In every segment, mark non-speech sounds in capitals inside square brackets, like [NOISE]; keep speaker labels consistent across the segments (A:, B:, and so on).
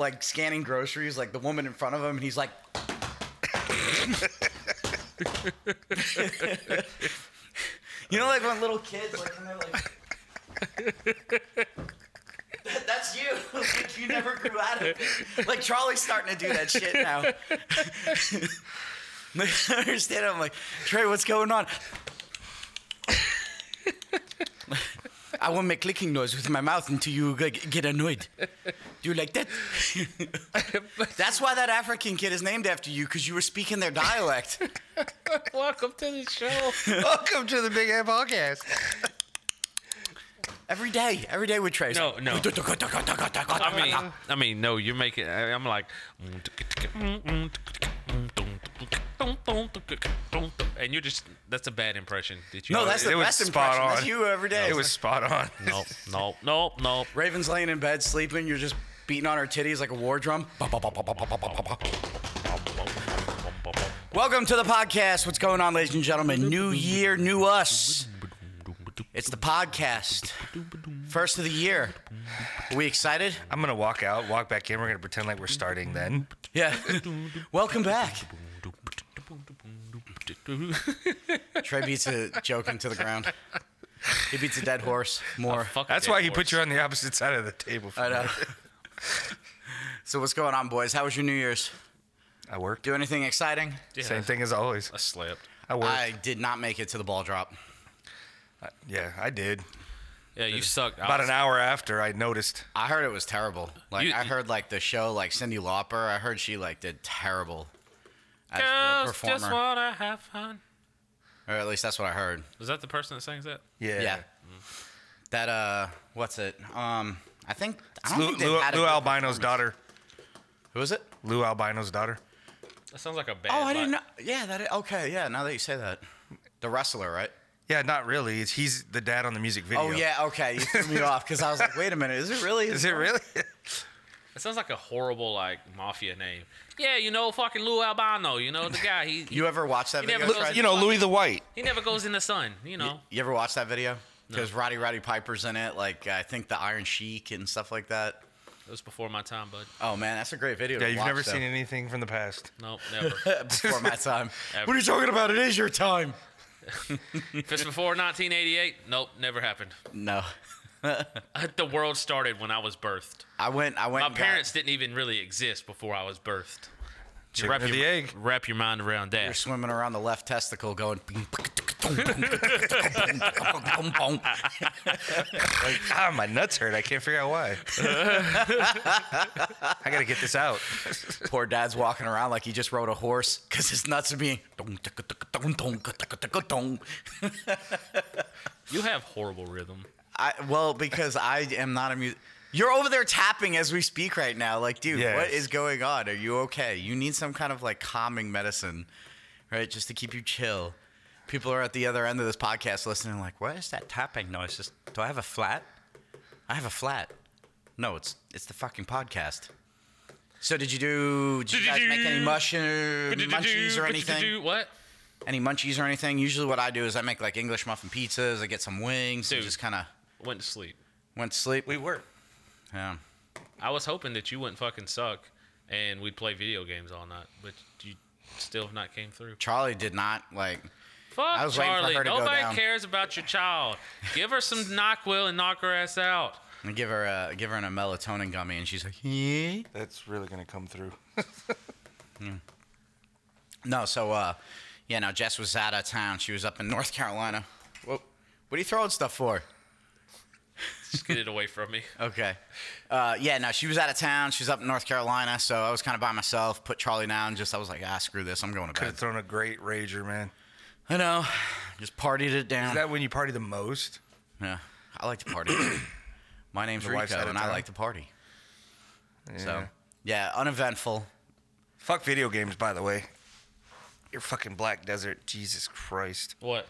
A: like scanning groceries, like the woman in front of him, and he's like, [LAUGHS] you know, like when little kids like when they're like. That- That's you. [LAUGHS] Like you never grew out of it. Like Charlie's starting to do that shit now. [LAUGHS] Like, I don't understand. I'm like, Trey, what's going on? [LAUGHS] I won't make clicking noise with my mouth until you like, get annoyed. You like that? That's why that African kid is named after you, because you were speaking their
B: [LAUGHS]
A: dialect.
C: Welcome to the show.
B: Welcome to the Big Head Podcast.
A: Every day, every day with Trey.
C: No,
A: [LAUGHS]
C: no. I mean, I mean, no, you're making. I- I'm like, and you're just. That's a bad impression. Did you?
A: No, that's the
B: It was
A: best
B: spot
A: impression. That's
B: on.
A: you every day.
B: It was spot [LAUGHS] on.
C: no, [LAUGHS] no, no, no.
A: Raven's laying in bed sleeping. You're just beating on her titties like a war drum. Welcome to the podcast. What's going on, ladies and gentlemen? New year, new us. It's the podcast. First of the year. Are we excited?
B: I'm gonna walk out, walk back in. We're gonna pretend like we're starting then.
C: [LAUGHS]
A: Yeah. Welcome back. Trey beats a joke into the ground. He beats a dead horse more.
C: Fuck
B: That's
C: that
B: why he
C: horse.
B: put you on the opposite side of the table. For
A: I know.
B: me.
A: so what's going on, boys? How was your New Year's?
B: I worked.
A: Do anything exciting?
C: Yeah,
B: Same thing as always.
C: I slept.
B: I worked.
A: I did not make it to the ball drop.
B: yeah, I did.
C: Yeah, you suck. I
B: About
C: was-
B: an hour after, I noticed.
A: I heard it was terrible. Like
C: You-
A: I heard like the show like Cindy Lauper. I heard she like did terrible as a
C: Girls
A: performer,
C: just wanna have fun.
A: or at least that's what I heard.
C: Was that the person that sings that?
B: Yeah.
A: Yeah. That uh, what's it? Um, I think I
B: It's
A: don't
B: Lou,
A: think they
B: Lou,
A: had a
B: Lou
A: good
B: Albino's daughter.
A: performance. Who is it?
B: Lou Albino's daughter.
C: That sounds like a bad.
A: Oh, I didn't
C: like-
A: know. Yeah, that. i- Okay, yeah. Now that you say that, the wrestler, right?
B: Yeah, not really. It's, he's the dad on the music video.
A: Oh yeah. Okay, you threw me off because I was like, wait a minute, is it really?
B: Is
A: [LAUGHS]
B: it really?
C: It sounds like a horrible like mafia name. Yeah, you know, fucking Lou Albano. You know the guy. He
A: You ever watch that
C: He
A: video?
C: never goes
A: Fred?
B: you know, Louis the White.
C: he never goes in the sun. You know.
A: You ever watch that video? Because Roddy Roddy Piper's in it, like I think the Iron Sheik and stuff like that.
C: It was before my time, bud.
A: Oh man, that's a great video.
B: Yeah,
A: to
B: you've
A: watch,
B: never
A: though.
B: seen anything from the past.
C: No, never.
A: [LAUGHS] before my [LAUGHS] time.
C: Ever.
A: What are you talking about? It is your time.
C: if it's before 1988, nope, never happened. Uh,
A: No,
C: The world started when I was birthed.
A: I went. I went.
C: My
A: and got-
C: parents didn't even really exist before I was birthed. Just
B: Chicken or the
C: your,
B: egg?
C: Wrap your mind around
A: were
C: that.
A: swimming around the left testicle, going.
B: Ah, my nuts hurt. I can't figure out why. I gotta get this out.
A: Poor dad's walking around like he just rode a horse because his nuts are being.
C: You have horrible rhythm.
A: I, well, because I am not a music. You're over there tapping as we speak right now. Like, dude,
B: Yes.
A: what is going on? Are you okay? You need some kind of like calming medicine, right? Just to keep you chill. People are at the other end of this podcast listening, like, what is that tapping noise? Just, do I have a flat? I have a flat. No, it's it's the fucking podcast. So did you do? Did you guys make any mush- munchies or anything?
C: What?
A: Any munchies or anything? Usually, what I do is I make like English muffin pizzas. I get some wings and
C: Dude.
A: just kind of
C: Went to sleep.
A: went to sleep.
B: We were.
A: Yeah.
C: I was hoping that you wouldn't fucking suck and we'd play video games all night, but you still have not came through.
A: Charlie did not like.
C: Fuck
A: I was waiting for
C: Charlie.
A: her to go
C: Nobody
A: down.
C: cares about your child. Give her some NyQuil and knock her ass out.
A: I give her a give her a melatonin gummy, and she's like, yeah.
B: That's really gonna come through.
A: No, so uh, yeah. No, Jess was out of town. She was up in North Carolina. What? What are you throwing stuff for?
C: Just get it away from me.
A: Okay. Uh, yeah, no, she was out of town. She was up in North Carolina, so I was kind of by myself. Put Charlie down. Just I was like, ah, screw this. I'm going to
B: Could have
A: bed.
B: thrown a great rager, man.
A: I know. Just partied it down.
B: Is that when you party the most?
A: yeah, I like to party. My name's
B: Your wife's
A: Rico,
B: out of
A: and I
B: town?
A: like to party. So
B: Yeah.
A: yeah, uneventful.
B: Fuck video games, by the way. Your fucking Black Desert, Jesus Christ!
C: What?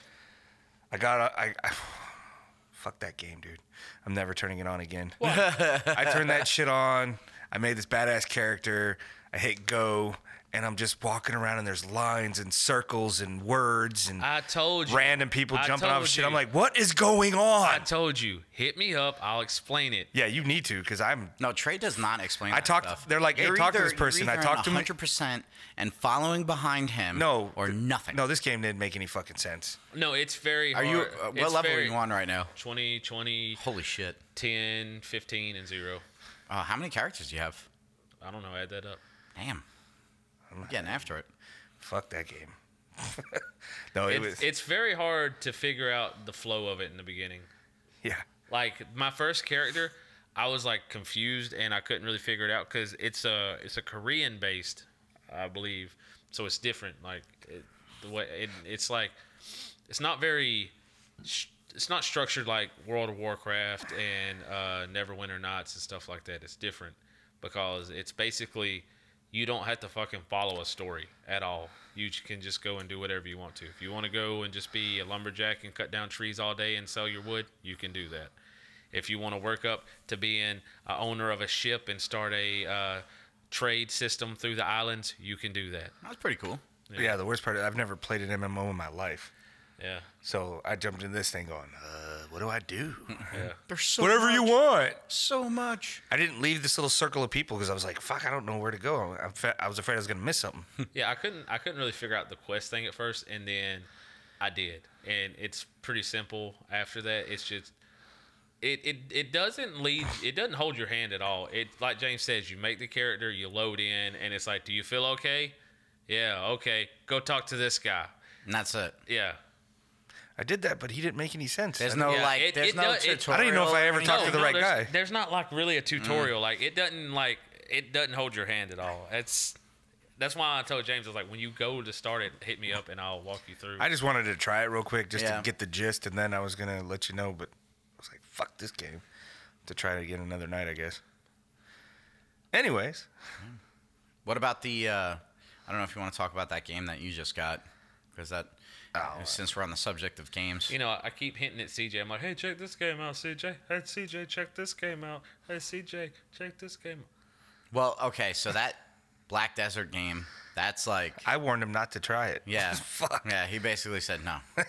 B: I got I, I [SIGHS] fuck that game, dude. I'm never turning it on again. I turned that shit on. I made this badass character. I hit go, and I'm just walking around, and there's lines and circles and words and
C: I told you.
B: random people
C: I
B: jumping off
C: told
B: shit.
C: you.
B: I'm like, what is going on?
C: I told you. Hit me up. I'll explain it.
B: yeah, you need to, because I'm.
A: No, Trey does not explain.
B: I
A: that
B: talked-
A: Stuff.
B: they're like, "Hey, talk to this person." I talked to him.
A: Hundred percent, and following behind him.
B: No.
A: or
B: th-
A: nothing.
B: No, this game didn't make any fucking sense.
C: No, it's very
A: Are
C: hard.
A: you? Uh, what
C: It's
A: level
C: very,
A: are you on right now?
C: 20, 20,
A: Holy shit!
C: 10, 15, and 0.
A: Uh, how many characters do you have?
C: I don't know. Add that up.
A: Damn. I'm getting after it.
B: Fuck that game. [LAUGHS] no, it,
C: It,
B: was.
C: it's very hard to figure out the flow of it in the beginning.
B: yeah.
C: Like my first character, I was like confused and I couldn't really figure it out because it's a it's a Korean based, I believe. So it's different. Like it, the way it, it's like, it's not very. sh- It's not structured like World of Warcraft and uh, Neverwinter Nights and stuff like that. It's different because it's basically you don't have to fucking follow a story at all. You j- can just go and do whatever you want to. If you want to go and just be a lumberjack and cut down trees all day and sell your wood, you can do that. If you want to work up to being a owner of a ship and start a uh, trade system through the islands, you can do that.
A: That was pretty cool.
B: yeah. the worst part, I've never played an MMO in my life.
C: Yeah,
B: So I jumped in this thing going, uh, what do I
C: [LAUGHS]
B: do?
C: yeah.
A: There's so
B: Whatever you want.
A: So much.
B: I didn't leave this little circle of people because I was like, fuck, I don't know where to go. I'm fa- I was afraid I was going to miss something.
C: Yeah, I couldn't I couldn't really figure out the quest thing at first, and then I did, and it's pretty simple. After that, it's just it it, it doesn't lead it doesn't hold your hand at all. It like James says, you make the character, you load in, and it's like, do you feel okay? Yeah, okay. Go talk to this guy.
A: And that's it.
C: Yeah.
B: I did that, but he didn't make any sense.
A: There's
B: I-
A: no
C: Yeah,
A: like.
C: it-
A: there's
C: it
A: no
C: does- it-
A: tutorial.
C: I
B: don't even know if I
A: or
B: ever
A: anything.
B: talked to the right
C: there's,
B: guy.
C: There's not like
A: Mm.
C: really a tutorial. Like it doesn't like it doesn't hold your hand at all. It's that's why I told James I was like, when you go to start it, hit me up and I'll walk you through.
B: I just wanted to try it real quick just
A: Yeah.
B: to get the gist, and then I was going to let you know, but I was like, fuck this game. To try it again another night, I guess. Anyways,
A: [LAUGHS] What about the? Uh, I don't know if you want to talk about that game that you just got, because that.
B: Oh.
A: since we're on the subject of games,
C: You know, I keep hinting at CJ. I'm like, hey, check this game out, CJ. Hey, CJ, check this game out. Hey, CJ, check this game out.
A: well, okay, so that Black Desert game, that's like,
B: I warned him not to try it.
A: yeah,
B: [LAUGHS] Fuck.
A: yeah. He basically said
B: [LAUGHS]
A: no, no.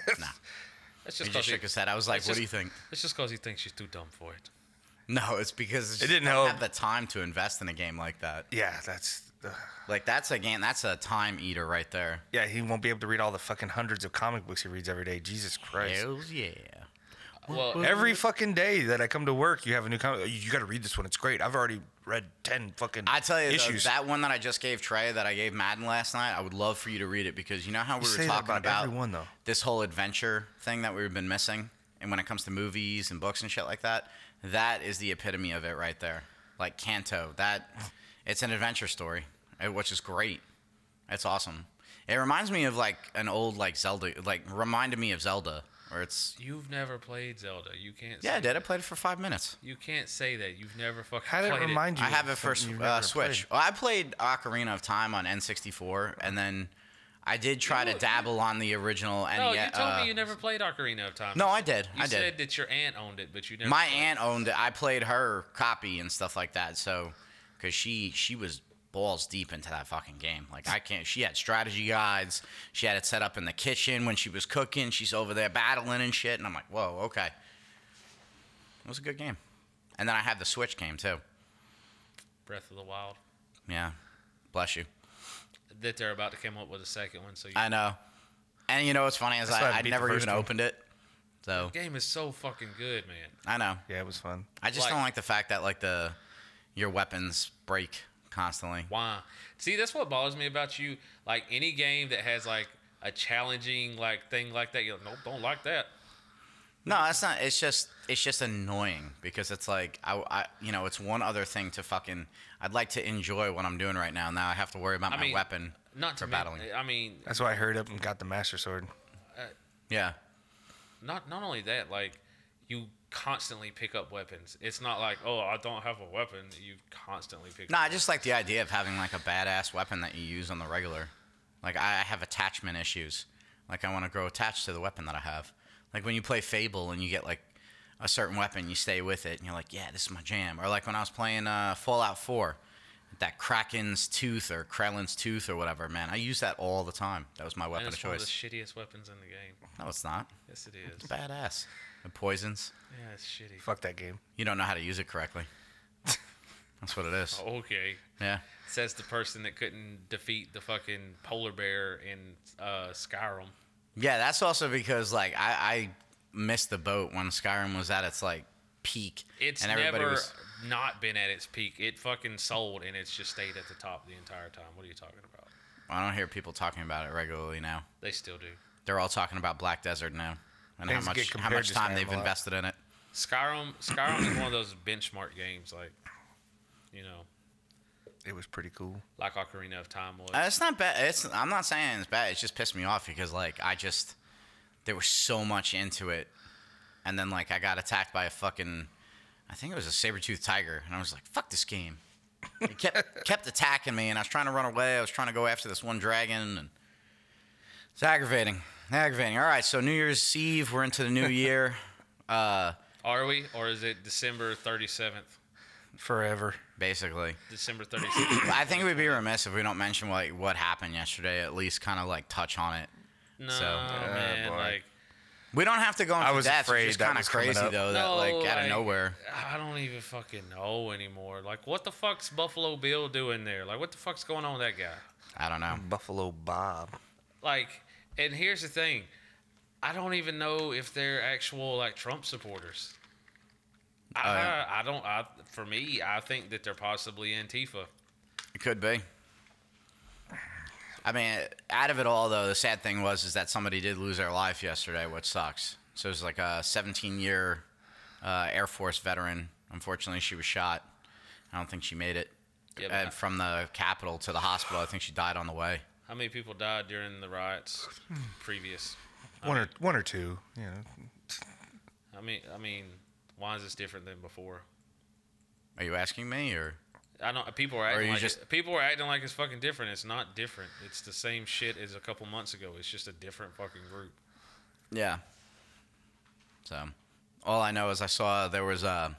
A: He
C: That's just
A: just
C: because he,
A: shook his head. I was like,
C: it's
A: "What
C: just-
A: do you think?"
C: it's just 'cause he thinks she's too dumb for it.
A: No, it's because it's
B: It
A: just
B: didn't
A: don't
B: help.
A: have the time to invest in a game like that.
B: Yeah, that's. ugh.
A: Like that's a game that's a time eater right there.
B: yeah, he won't be able to read all the fucking hundreds of comic books he reads every day. Jesus Christ.
A: Hell yeah.
C: Well,
B: Every fucking day that I come to work, you have a new comic. You got to read this one. It's great. I've already read ten fucking.
A: I tell you, though,
B: issues.
A: that one that I just gave Trey that I gave Madden last night, I would love for you to read it because you know how we
B: say
A: were
B: that
A: talking
B: about
A: about
B: everyone, though.
A: this whole adventure thing that we've been missing, and when it comes to movies and books and shit like that, that is the epitome of it right there. Like Canto, that it's an adventure story, eh, which is great. It's awesome. It reminds me of like an old like Zelda, like reminded me of Zelda, where it's
C: you've never played Zelda. You can't.
A: yeah, I
C: say
A: did. I
C: that.
A: played it for five minutes.
C: You can't say that. You've never fucking.
B: How did it
C: played
B: remind you?
A: I have
B: of
A: it for
B: something you've
A: uh,
B: never
A: Switch.
B: played?
A: Well, I played Ocarina of Time on N64, and then I did try to dabble on the original NES.
C: No, you told
A: uh,
C: me you never played Ocarina of Time.
A: No, I did.
C: You
A: I did.
C: said that your aunt owned it, but you never.
A: My
C: played it.
A: aunt owned it. I played her copy and stuff like that. So, because she she was balls deep into that fucking game. Like I can't. She had strategy guides. She had it set up in the kitchen when she was cooking. She's over there battling and shit. And I'm like, whoa, okay. It was a good game. And then I had the Switch game too.
C: Breath of the Wild.
A: Yeah, bless you.
C: That they're about to come up with a second one. So you,
A: I know. And you know what's funny is
B: That's why I
A: I, I
B: beat the
A: never
B: first
A: even
B: one.
A: opened it. So
C: the game is so fucking good, man.
A: I know.
B: Yeah, it was fun.
A: I just
C: Like-
A: don't like the fact that like the your weapons break constantly.
C: Why? See, that's what bothers me about you. Like any game that has like a challenging like thing like that, you're like, nope, don't like that.
A: No, that's not. It's just it's just annoying because it's like I, I you know it's one other thing to fucking. I'd like to enjoy what I'm doing right now. Now I have to worry about
C: I
A: my
C: mean,
A: weapon.
C: Not to
A: For
C: me-
A: battling.
C: I mean,
B: That's why I hurried up and got the Master Sword.
A: Yeah.
C: not not only that, like you constantly pick up weapons. It's not like oh, I don't have a weapon. You constantly pick.
A: No,
C: up
A: I just like the idea of having like a badass weapon that you use on the regular. Like I I have attachment issues. Like I want to grow attached to the weapon that I have. Like when you play Fable and you get like a certain weapon, you stay with it, and you're like, yeah, this is my jam. Or like when I was playing uh, Fallout 4, that Kraken's tooth or Krelin's tooth or whatever, man. I use that all the time. That was my
C: And
A: weapon of
C: it's one of the
A: choice.
C: shittiest weapons in the game.
A: no, it's not.
C: Yes, it is.
A: It's [LAUGHS] badass. It poisons.
C: Yeah, it's shitty.
B: Fuck that game.
A: You don't know how to use it
C: [LAUGHS]
A: correctly. That's what it
C: Oh.
A: is.
C: Okay.
A: Yeah.
C: Says the person that couldn't defeat the fucking polar bear in uh, Skyrim.
A: Yeah, that's also because like I, I missed the boat when Skyrim was at its like peak.
C: It's
A: and everybody
C: never
A: was
C: not been at its peak. It fucking sold and it's just stayed at the top the entire time. What are you talking about?
A: I don't hear people talking about it regularly now.
C: They still do.
A: They're all talking about Black Desert now and how
B: Things get
A: much how
B: compared
A: much
B: to
A: time
B: Skyrim
A: they've
B: a lot.
A: invested in it.
C: Skyrim Skyrim is one of those benchmark games like you know,
B: It was pretty cool.
C: like Ocarina of Time was.
A: Uh, It's not bad. It's I'm not saying it's bad. It just pissed me off because like I just there was so much into it, and then like I got attacked by a fucking I think it was a saber toothed tiger, and I was like, fuck this game. It kept kept attacking me, and I was trying to run away. I was trying to go after this one dragon, and it's aggravating. Aggravating. All right, so New Year's Eve, we're into the new year. Uh,
C: Are we? Or is it December 37th?
B: Forever.
A: basically, [LAUGHS]
C: December 37th?
A: I think it would be remiss if we don't mention like what happened yesterday. At least kind of like touch on it.
C: no,
A: So- Yeah,
C: man.
B: boy.
C: like,
A: We don't have to go into
B: I was
A: depth.
B: afraid
A: it's
B: that
A: kind of
B: was coming
A: crazy
B: up.
A: though that
C: No,
A: like out of
C: like-
A: nowhere.
C: I don't even fucking know anymore. Like, what the fuck's Buffalo Bill doing there? Like, what the fuck's going on with that guy?
A: I don't know.
B: Buffalo Bob.
C: Like, and here's the thing I don't even know if they're actual, like, Trump supporters. I,
A: Oh, yeah.
C: I don't, I, for me, I think that they're possibly Antifa.
A: It could be. I mean, out of it all though, the sad thing was is that somebody did lose their life yesterday, which sucks. So it was like a 17-year uh, Air Force veteran. Unfortunately, she was shot. I don't think she made it
C: Yeah, but
A: uh, from the Capitol to the hospital. I think she died on the way.
C: How many people died during
A: [SIGHS]
C: the riots previous?
B: One or one or two. You know.
C: I mean, I mean, why is this different than before?
A: Are you asking me or?
C: I don't. People are
A: you
C: acting like
A: just-
C: it- people are acting like it's fucking different. It's not different. It's the same shit as a couple months ago. It's just a different fucking group.
A: Yeah. So, all I know is I saw there was a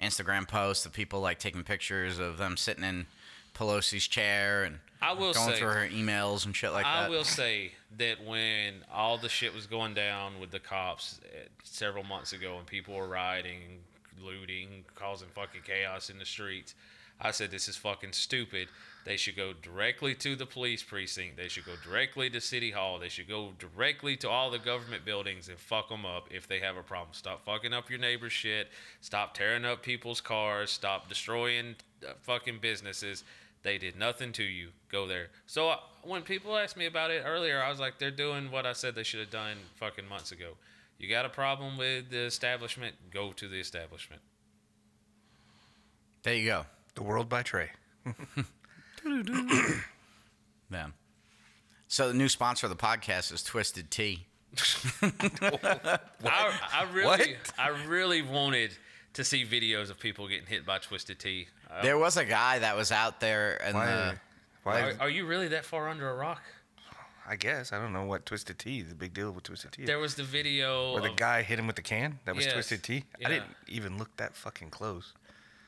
A: Instagram post of people like taking pictures of them sitting in Pelosi's chair and
C: I will
A: going
C: say,
A: through her emails and shit like
C: I
A: that.
C: will say that when all the shit was going down with the cops eh, several months ago, and people were rioting, looting, causing fucking chaos in the streets, I said this is fucking stupid. They should go directly to the police precinct. They should go directly to city hall. They should go directly to all the government buildings and fuck them up if they have a problem. Stop fucking up your neighbor's shit. Stop tearing up people's cars. Stop destroying uh, fucking businesses. They did nothing to you. Go there. So uh, when people asked me about it earlier, I was like, they're doing what I said they should have done fucking months ago. You got a problem with the establishment? Go to the establishment.
A: There you go.
B: The World by Trey.
A: Yeah. So the new sponsor of the podcast is Twisted Tea.
C: I,
A: [LAUGHS]
C: I really,
B: What?
C: I really wanted to see videos of people getting hit by twisted tea. Uh,
A: There was a guy that was out there and
B: Why? uh,
A: the,
B: why?
C: are, are you really that far under a rock?
B: I guess I don't know what Twisted Tea. The big deal with Twisted Tea.
C: There was the video.
B: Where the
C: of-
B: guy hit him with the can. That was
C: Yes.
B: Twisted Tea.
C: Yeah.
B: I didn't even look that fucking close.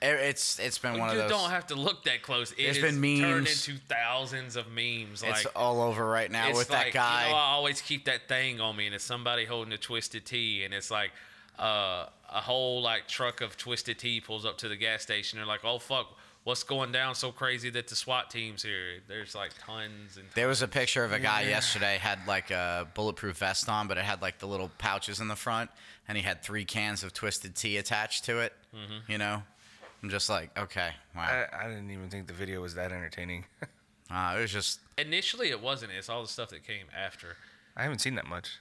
A: it, it's it's been one
C: you
A: of those.
C: don't have to look that close. It
A: There's
C: has
A: been memes.
C: turned into thousands of memes.
A: it's
C: like
A: all over right now
C: it's
A: with that
C: like,
A: guy.
C: You know, I always keep that thing on me, and it's somebody holding a twisted tea, and it's like uh, a whole like truck of twisted tea pulls up to the gas station. They're like, "Oh fuck, what's going down so crazy that the SWAT team's here?" There's like tons and
A: There was a picture of a guy yesterday had like a bulletproof vest on, but it had like the little pouches in the front, and he had three cans of twisted tea attached to it.
C: Mm-hmm.
A: You know, I'm just like, okay, wow.
C: Uh,
B: I, I didn't even think the video was that entertaining. [LAUGHS]
A: Uh, it was just,
C: initially it wasn't. It's all the stuff that came after.
B: I haven't seen that much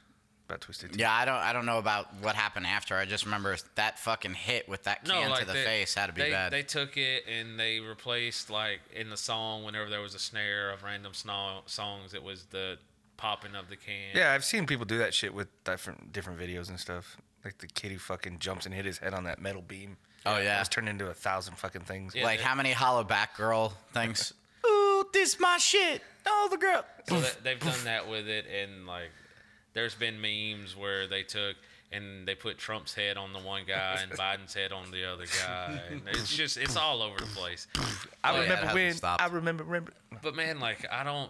B: about Twisted Tea.
A: yeah. I don't, I don't know about what happened after. I just remember that fucking hit with that
C: No,
A: can
C: like
A: to the
C: they,
A: face had to be
C: they,
A: bad.
C: They took it and they replaced like in the song whenever there was a snare of random sno- songs, it was the popping of the can.
B: Yeah, I've seen people do that shit with different different videos and stuff. Like the kid who fucking jumps and hit his head on that metal beam.
A: Oh, yeah.
B: It's turned into a thousand fucking things.
C: Yeah.
A: like
C: they-
A: how many hollow back girl
C: [LAUGHS]
A: things? Ooh, this my shit. Oh, the girl.
C: So that, they've done that with it, and like, there's been memes where they took and they put Trump's head on the one guy and Biden's head on the other guy. And it's just it's all over the place.
B: I
A: yeah, it
B: remember
A: hasn't
B: when.
A: stopped.
B: I remember. Remember.
C: But man, like I don't,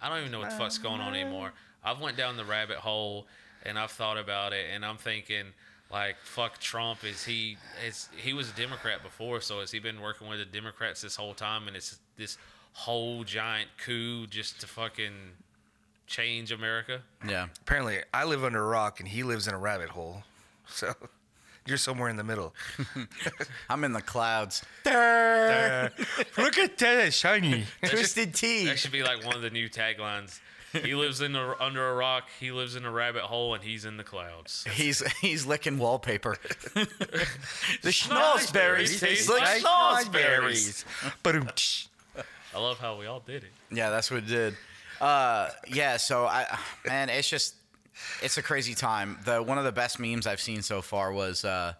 C: I don't even know what the fuck's going on anymore. I've went down the rabbit hole, and I've thought about it, and I'm thinking, like, fuck Trump. Is he? Is he was a Democrat before? So has he been working with the Democrats this whole time? And it's this whole giant coup just to fucking change America.
A: Yeah.
B: Apparently, I live under a rock and he lives in a rabbit hole. So [LAUGHS] you're somewhere in the middle.
A: I'm in the clouds.
B: Look at that [LAUGHS] shiny.
A: Twisted tea.
C: That should be like one of the new taglines. He lives in a, under a rock. He lives in a rabbit hole, and he's in the clouds.
A: He's he's licking wallpaper.
C: [LAUGHS]
A: the
C: Schnozberries
A: schnozberries
C: taste
A: taste like
C: like
B: [LAUGHS]
A: schnozberries.
B: But
C: I love how we all did it.
A: Yeah, that's what it did. Uh, yeah, so I man, it's just it's a crazy time. The one of the best memes I've seen so far was uh,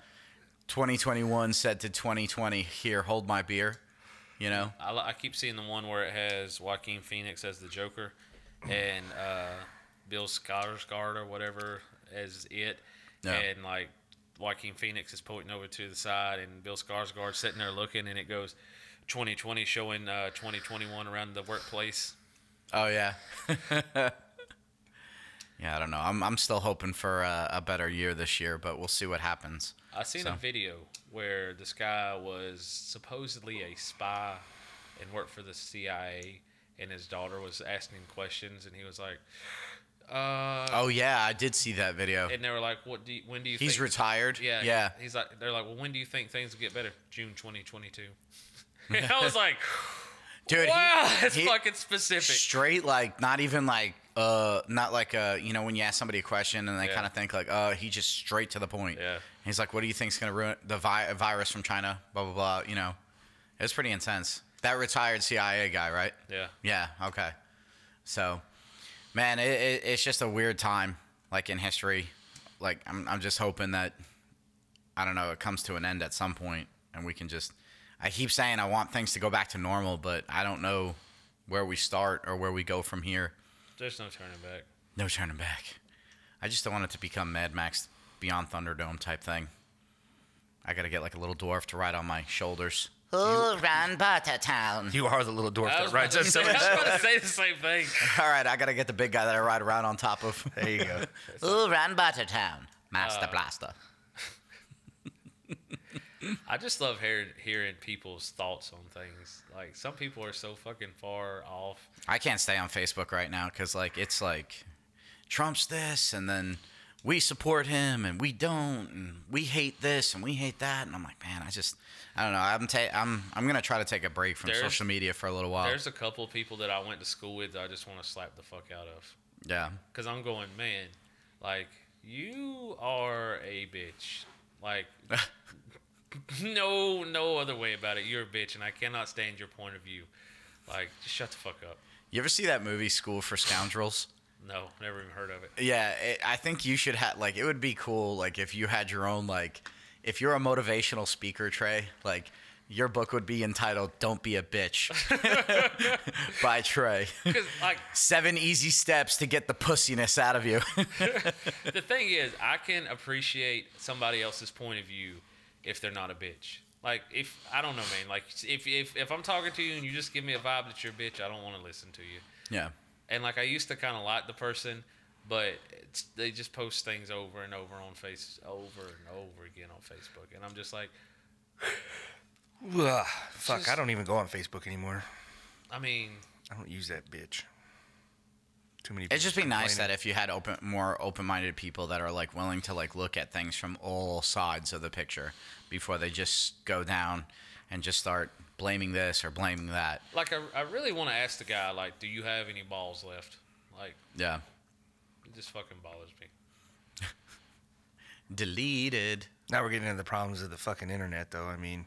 A: 2021 said to 2020, "Here, hold my beer." You know,
C: I, li- I keep seeing the one where it has Joaquin Phoenix as the Joker and uh, Bill Skarsgård or whatever as it,
A: Yeah.
C: and like Joaquin Phoenix is pointing over to the side and Bill Skarsgård sitting there looking, and it goes 2020 showing uh, 2021 around the workplace.
A: Oh yeah. [LAUGHS] yeah, I don't know. I'm I'm still hoping for a, a better year this year, but we'll see what happens.
C: I seen a video where this guy was supposedly a spy and worked for the CIA, and his daughter was asking him questions, and he was like, uh,
A: Oh yeah, I did see that video.
C: and they were like, "What do? You, when do you?"
A: He's
C: think,
A: retired.
C: Yeah,
A: Yeah.
C: He's like, they're like, "Well, when do you think things will get better?" June 2022.
A: [LAUGHS]
C: And [LAUGHS] I was like,
A: Dude, he-
C: "Wow, that's
A: he-
C: fucking specific."
A: straight like not even like uh not like uh you know when you ask somebody a question and they
C: Yeah.
A: kind of think like uh he just straight to the point.
C: Yeah.
A: He's like, what do you think's gonna ruin the vi- virus from China? Blah blah blah. You know, it was pretty intense. That retired CIA guy, right?
C: Yeah.
A: Yeah. Okay. So, man, it, it, it's just a weird time, like in history. Like I'm, I'm just hoping that, I don't know, it comes to an end at some point, and we can just. I keep saying I want things to go back to normal, but I don't know where we start or where we go from here.
C: There's no turning back.
A: No turning back. I just don't want it to become Mad Max Beyond Thunderdome type thing. I gotta get like a little dwarf to ride on my shoulders. Who ran Butter Town?
B: you are the little dwarf
C: I
B: that
C: was,
B: rides
C: about,
B: us.
C: to say, I was
A: [LAUGHS]
C: about to say the same thing.
A: All right, I gotta get the big guy that I ride around on top of.
B: There you go.
A: [LAUGHS] Ooh, ran Buttertown. Master
C: Uh.
A: Blaster.
C: I just love hearing hearing people's thoughts on things. Like some people are so fucking far off.
A: I can't stay on Facebook right now because like it's like Trump's this and then we support him and we don't and we hate this and we hate that and I'm like man I just I don't know I'm ta- I'm I'm gonna try to take a break from
C: There's-
A: social media for a little while
C: There's a couple of people that I went to school with that I just want to slap the fuck out of.
A: yeah
C: Cause I'm going, man, like you are a bitch. Like no no other way about it. You're a bitch and I cannot stand your point of view. Like, just shut the fuck up.
A: you ever see that movie School for Scoundrels
C: No, never even heard of it.
A: Yeah, it, I think you should have like it would be cool like if you had your own like if you're a motivational speaker, Trey, like your book would be entitled "Don't Be a Bitch" by Trey.
C: Cause like
A: Seven easy steps to get the pussiness out of you. [LAUGHS]
C: the thing is, I can appreciate somebody else's point of view if they're not a bitch. Like if I don't know, man. Like if if if I'm talking to you and you just give me a vibe that you're a bitch, I don't want to listen to you.
A: yeah,
C: and like I used to kind of like the person, but it's, they just post things over and over on face over and over again on Facebook, and I'm just like,
B: Ugh, fuck, I don't even go on Facebook anymore.
C: I mean,
B: I don't use that bitch. Too many.
A: it'd just be nice that
B: complaining.
A: if you had open more open-minded people that are like willing to like look at things from all sides of the picture before they just go down and just start blaming this or blaming that.
C: like I, I really want to ask the guy, like, do you have any balls left? Like,
A: Yeah,
C: it just fucking bothers me.
A: deleted.
B: Now we're getting into the problems of the fucking internet, though. I mean,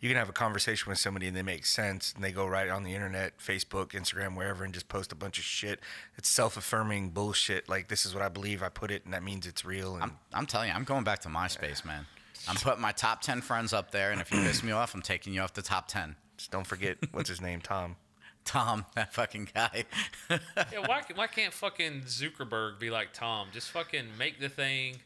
B: you can have a conversation with somebody and they make sense, and they go right on the internet, Facebook, Instagram, wherever, and just post a bunch of shit. It's self-affirming bullshit. Like this is what I believe. I put it, and that means it's real. And
A: I'm, I'm telling you, I'm going back to MySpace, man. I'm putting my top 10 friends up there, and if you piss me off, I'm taking you off the top 10.
B: just
A: [LAUGHS]
B: don't forget what's his name, Tom.
A: Tom, [LAUGHS] that fucking guy.
C: Yeah, why ca- why can't fucking Zuckerberg be like Tom? Just fucking make the thing.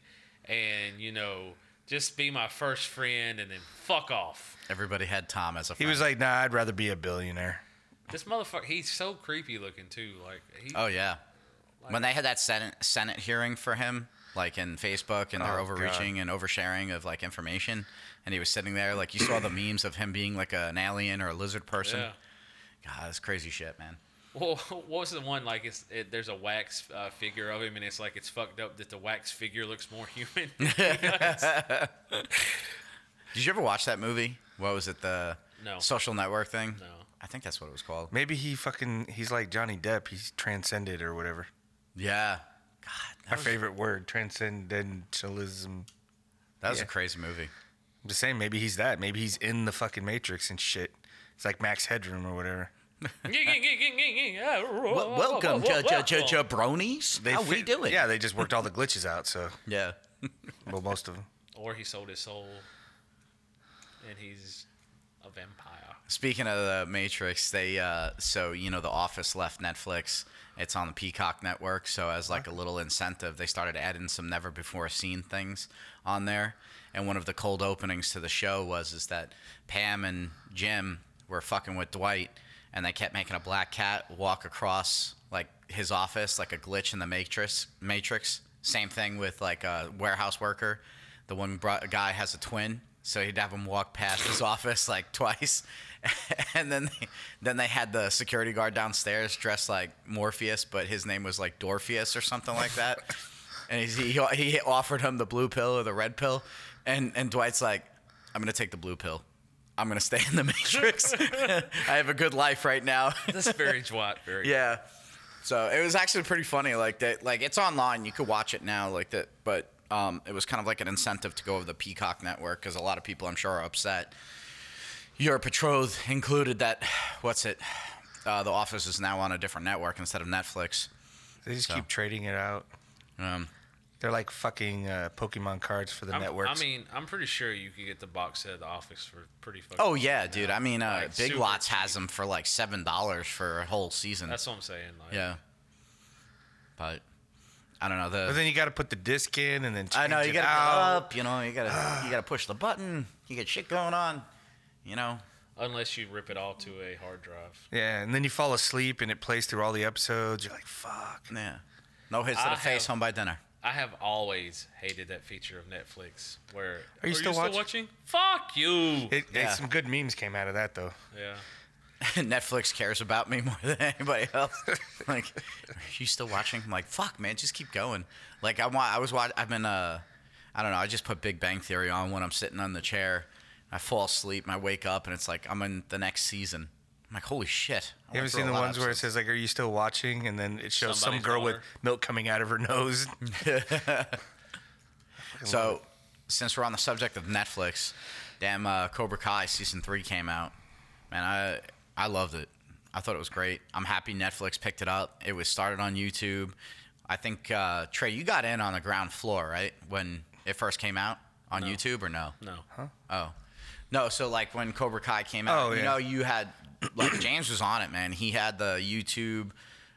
C: and you know just be my first friend and then fuck off.
A: Everybody had Tom as a
B: He
A: friend.
B: was like, nah, I'd rather be a billionaire.
C: This motherfucker, he's so creepy looking too. Like he,
A: oh yeah. when they had that Senate Senate hearing for him, like in Facebook, and they're
B: Oh,
A: overreaching and oversharing of like information, and he was sitting there like you saw the memes of him being like an alien or a lizard person.
C: yeah.
A: God, that's crazy shit, man.
C: Well, [LAUGHS] what was the one like? It's it, there's a wax uh, figure of him, and it's like it's fucked up that the wax figure looks more [LAUGHS] human.
A: [LAUGHS] Did you ever watch that movie? What was it? The
C: No.
A: social network thing.
C: No.
A: I think that's what it was called.
B: Maybe he fucking, he's like Johnny Depp. He's transcended or whatever.
A: Yeah. God, that
B: My
A: was,
B: favorite word, transcendentalism.
A: that was
B: yeah.
A: a crazy movie.
B: I'm just saying, maybe he's that. Maybe he's in the fucking Matrix and shit. It's like Max Headroom or whatever.
A: Well, welcome,
C: Whoa,
A: ja- ja-
C: whoa,
A: ja-
C: whoa.
A: jabronis. How we
B: fi-
A: doing?
B: Yeah, they just worked all the glitches out. So,
A: Yeah.
B: well, most of them.
C: Or he sold his soul, and he's a vampire.
A: Speaking of the Matrix, they uh, so you know the Office left Netflix. It's on the Peacock network. So as like a little incentive, they started adding some never before seen things on there. And one of the cold openings to the show was is that Pam and Jim were fucking with Dwight, and they kept making a black cat walk across like his office, like a glitch in the Matrix. Matrix. Same thing with like a warehouse worker. The one bro- guy has a twin, so he'd have him walk past his [LAUGHS] office like twice, [LAUGHS] and then they, then they had the security guard downstairs dressed like Morpheus, but his name was like Dorpheus or something like that. and he's, he he offered him the blue pill or the red pill, and and Dwight's like, I'm gonna take the blue pill. I'm gonna stay in the Matrix. [LAUGHS] I have a good life right now. [LAUGHS]
C: That's very Dwight. Very
A: Yeah. So it was actually pretty funny. Like that, like it's online. You could watch it now. Like that, but um, it was kind of like an incentive to go over the Peacock network because a lot of people, I'm sure, are upset. Your betrothed included that. What's it? Uh, the Office is now on a different network instead of Netflix.
B: They just keep trading it out.
A: Um,
B: They're like fucking uh, Pokemon cards for the
C: I'm-
B: networks.
C: I mean, I'm pretty sure you could get the box set of The Office for pretty fucking.
A: oh yeah, dude. I mean, uh,
C: Like,
A: Big
C: super
A: Lots has them for like seven dollars for a whole season.
C: That's what I'm saying. Like,
A: yeah. But I don't know.
B: but
A: The,
B: then you got to put the disc in and then change
A: I know you
B: it
A: gotta
B: out.
A: go up, you know, you gotta you gotta push the button, you get shit going on, you know.
C: Unless you rip it all to a hard drive.
B: Yeah, and then you fall asleep and it plays through all the episodes. You're like, fuck.
A: Yeah. No hits to
C: I
A: the face,
C: have-
A: home by dinner. [LAUGHS]
C: I have always hated that feature of Netflix where
B: Are you still watch-
C: Fuck you.
B: It, it-
A: Yeah.
B: some good memes came out of that though.
C: yeah.
A: Netflix cares about me [LAUGHS] more than anybody else. [LAUGHS] like, are you still watching? I'm like, fuck, man, just keep going. Like, I want. I was watching. I've been. Uh, I don't know. I just put Big Bang Theory on when I'm sitting on the chair. I fall asleep. And I wake up and it's like I'm in the next season. I'm like, holy shit. I went
B: You ever
A: through a
B: seen the
A: lot of
B: ones where it
A: episodes.
B: says like, "Are you still watching?" and then it shows
C: Somebody's
B: some girl
C: daughter.
B: with milk coming out of her [LAUGHS] nose.
A: [LAUGHS] So, since we're on the subject of Netflix, damn, uh, Cobra Kai season three came out. Man, I I loved it. I thought it was great. I'm happy Netflix picked it up. It was started on YouTube. I think uh, Trey, you got in on the ground floor, right, when it first came out on YouTube, or no?
C: No.
A: Oh, no. So like when Cobra Kai came out,
B: Oh,
A: you
B: yeah.
A: know, you had like [CLEARS THROAT] James was on it, man. He had the YouTube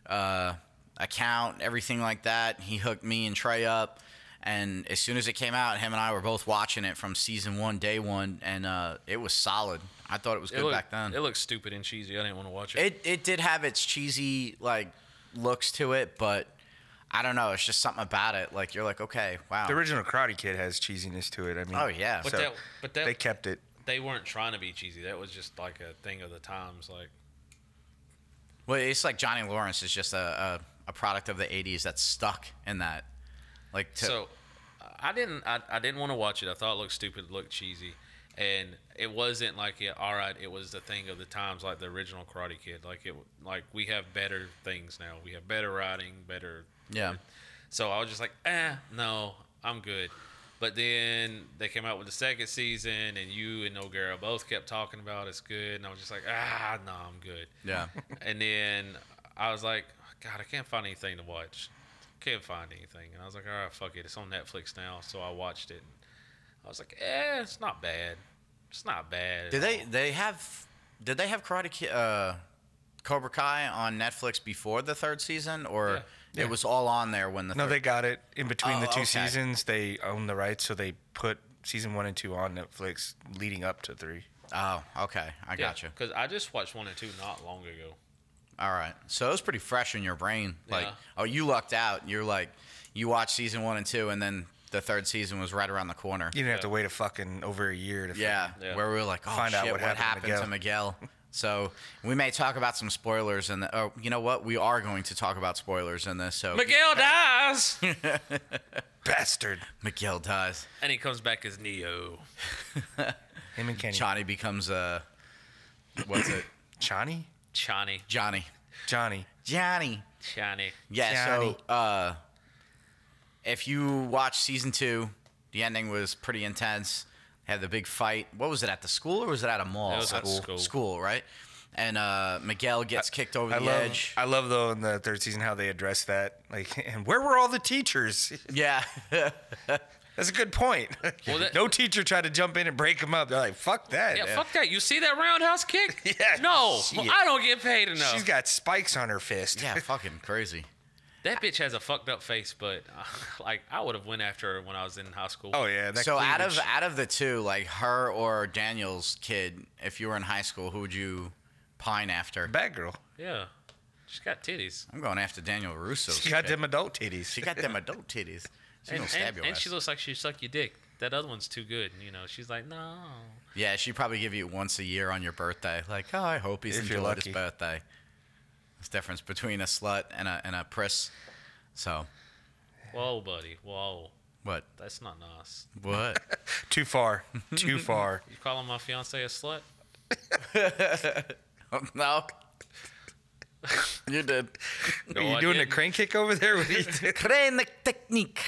A: uh, account, everything like that. He hooked me and Trey up, and as soon as it came out, him and I were both watching it from season one, day one, and uh, it was solid. I thought it was good
C: it looked,
A: back then.
C: It looked stupid and cheesy. I didn't want to watch it.
A: It it did have its cheesy like looks to it, but I don't know. It's just something about it. Like you're like, okay, wow.
B: the original Karate Kid has cheesiness to it. I mean,
A: Oh, yeah.
C: but
A: so-
C: that, but that,
B: they
C: they,
B: kept it.
C: weren't trying to be cheesy. That was just like a thing of the times. Like,
A: Well, it's like Johnny Lawrence is just a, a, a product of the '80s that's stuck in that. Like, to,
C: so I didn't, I, I didn't want to watch it. I thought it looked stupid, looked cheesy. And it wasn't like, yeah, all right, it was the thing of the times, like the original Karate Kid. Like it, like we have better things now. We have better writing, better
A: yeah,
C: So I was just like, eh, no, I'm good. But then they came out with the second season, and you and O'Gara both kept talking about it's good, and I was just like, ah, no, I'm good.
A: yeah.
C: [LAUGHS] And then I was like, God, I can't find anything to watch. Can't find anything. And I was like, all right, fuck it, it's on Netflix now. So I watched it. And I was like, eh, it's not bad. It's not bad. at
A: Did they
C: all.
A: they have did they have Karate Ki- uh, Cobra Kai on Netflix before the third season, or
C: Yeah.
A: It was all on there when the
B: No,
A: fir-
B: they got it in between the
A: Oh,
B: two
A: okay.
B: seasons. They own the rights, so they put season one and two on Netflix, leading up to three.
A: Oh, okay. I gotcha.
C: Because I just watched one and two not long ago.
A: All right. So it was pretty fresh in your brain. Like,
C: Yeah.
A: oh, you lucked out. You're like, you watched season one and two, and then the third season was right around the corner.
B: You didn't have to
C: Yeah.
B: wait a fucking over a year to.
A: Yeah,
C: Yeah.
A: where we were like, oh
B: Find
A: shit,
B: out
A: what, happened, to Miguel. [LAUGHS] So we may talk about some spoilers, and oh, you know what? We are going to talk about spoilers in this. So
C: [LAUGHS] Miguel dies,
B: bastard.
A: Miguel dies.
C: and he comes back as Neo.
B: Him and Kenny.
A: Johnny becomes uh, what's it?
B: Johnny.
C: Chani,
A: Johnny.
B: Johnny.
A: Johnny.
C: Chani.
A: Yeah.
B: Johnny.
A: So uh, if you watch season two, the ending was pretty intense. Had the big fight. What was it at the school or was it at a mall?
C: It was at school.
A: School, right? And uh, Miguel gets kicked over
B: I
A: the
B: love. [LAUGHS]
A: edge.
B: I love though in the third season how they address that. Like, [LAUGHS] and where were all the teachers? [LAUGHS]
A: yeah. [LAUGHS]
B: That's a good point. [LAUGHS]
C: Well, that-
B: no teacher tried to jump in and break them up. They're like, fuck that.
C: Yeah, fuck that. You see that
A: [LAUGHS]
C: roundhouse kick?
B: Yeah,
C: No,
B: shit.
C: I don't get paid enough.
B: She's got spikes on her fist.
A: yeah. Fucking crazy.
C: that bitch has a fucked up face, but [LAUGHS] uh, like I would have went after her when I was in high school.
B: [LAUGHS] Oh yeah. That
A: so out of
B: cleavage.
A: out of the two, like her or Daniel's kid, if you were in high school, who would you pine after?
B: bad girl,
C: yeah, she's got titties.
A: I'm going after Daniel Russo.
B: she got them adult titties.
A: She got them adult titties. She
C: and,
A: gonna stab
C: and-
A: your
C: and
A: ass.
C: she looks like she suck your dick. That other one's too good. You know, she's like, no.
A: yeah, she probably give you once a year on your birthday. Like, oh, I hope he's
B: If you're
A: enjoyed his
B: lucky.
A: birthday. There's difference between a slut and a and a priss. So
C: Whoa, buddy. Whoa.
A: what?
C: That's not nice.
A: What? [LAUGHS]
B: Too far. Too far.
C: You calling my fiance a slut?
A: Oh, no. you did.
C: No,
B: Are you
C: I
B: doing a
C: didn't.
B: crane kick over there? What are
C: [LAUGHS]
B: you doing?
A: Crane technique.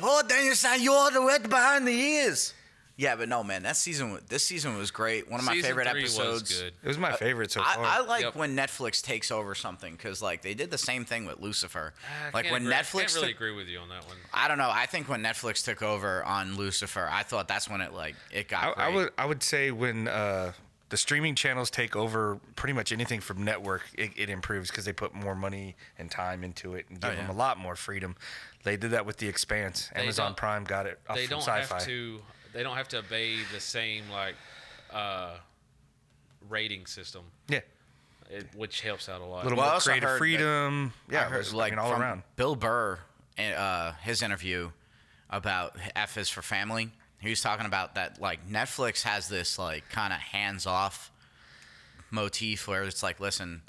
A: Oh, Danielson, you're the wet behind the ears. Yeah, but no, man, that season wa- this season was great. One of my
C: Season
A: favorite
C: three
A: episodes.
C: Was good. Oh,
B: It was my favorite so far.
A: I, I like
C: Yep.
A: when Netflix takes over something because, like, they did the same thing with Lucifer.
C: Ah, I
A: like
C: can't
A: when
C: agree- I
A: Netflix,
C: can't really
A: took-
C: agree with you on that one.
A: I don't know. I think when Netflix took over on Lucifer, I thought that's when it like it got.
B: I, I
A: great.
B: would I would say when uh, the streaming channels take over pretty much anything from network, it, it improves because they put more money and time into it and
C: Oh,
B: give
A: yeah.
B: them a lot more freedom. They did that with The Expanse. Amazon
C: don't-
B: Prime got it
A: Oh,
B: off
C: They
B: from
C: don't
B: Sci-Fi.
C: have to. They don't have to obey the same like uh, rating system,
B: Yeah,
C: it, which helps out a lot.
B: a little
A: Well, I
B: more
A: also
B: creative
A: heard that-
B: freedom.
A: I
B: yeah, it
A: heard,
B: was,
A: like
B: I mean, all
A: from
B: around.
A: Bill Burr, and, uh, his interview about F is for family. He was talking about that like Netflix has this like kind of hands off motif where it's like, listen,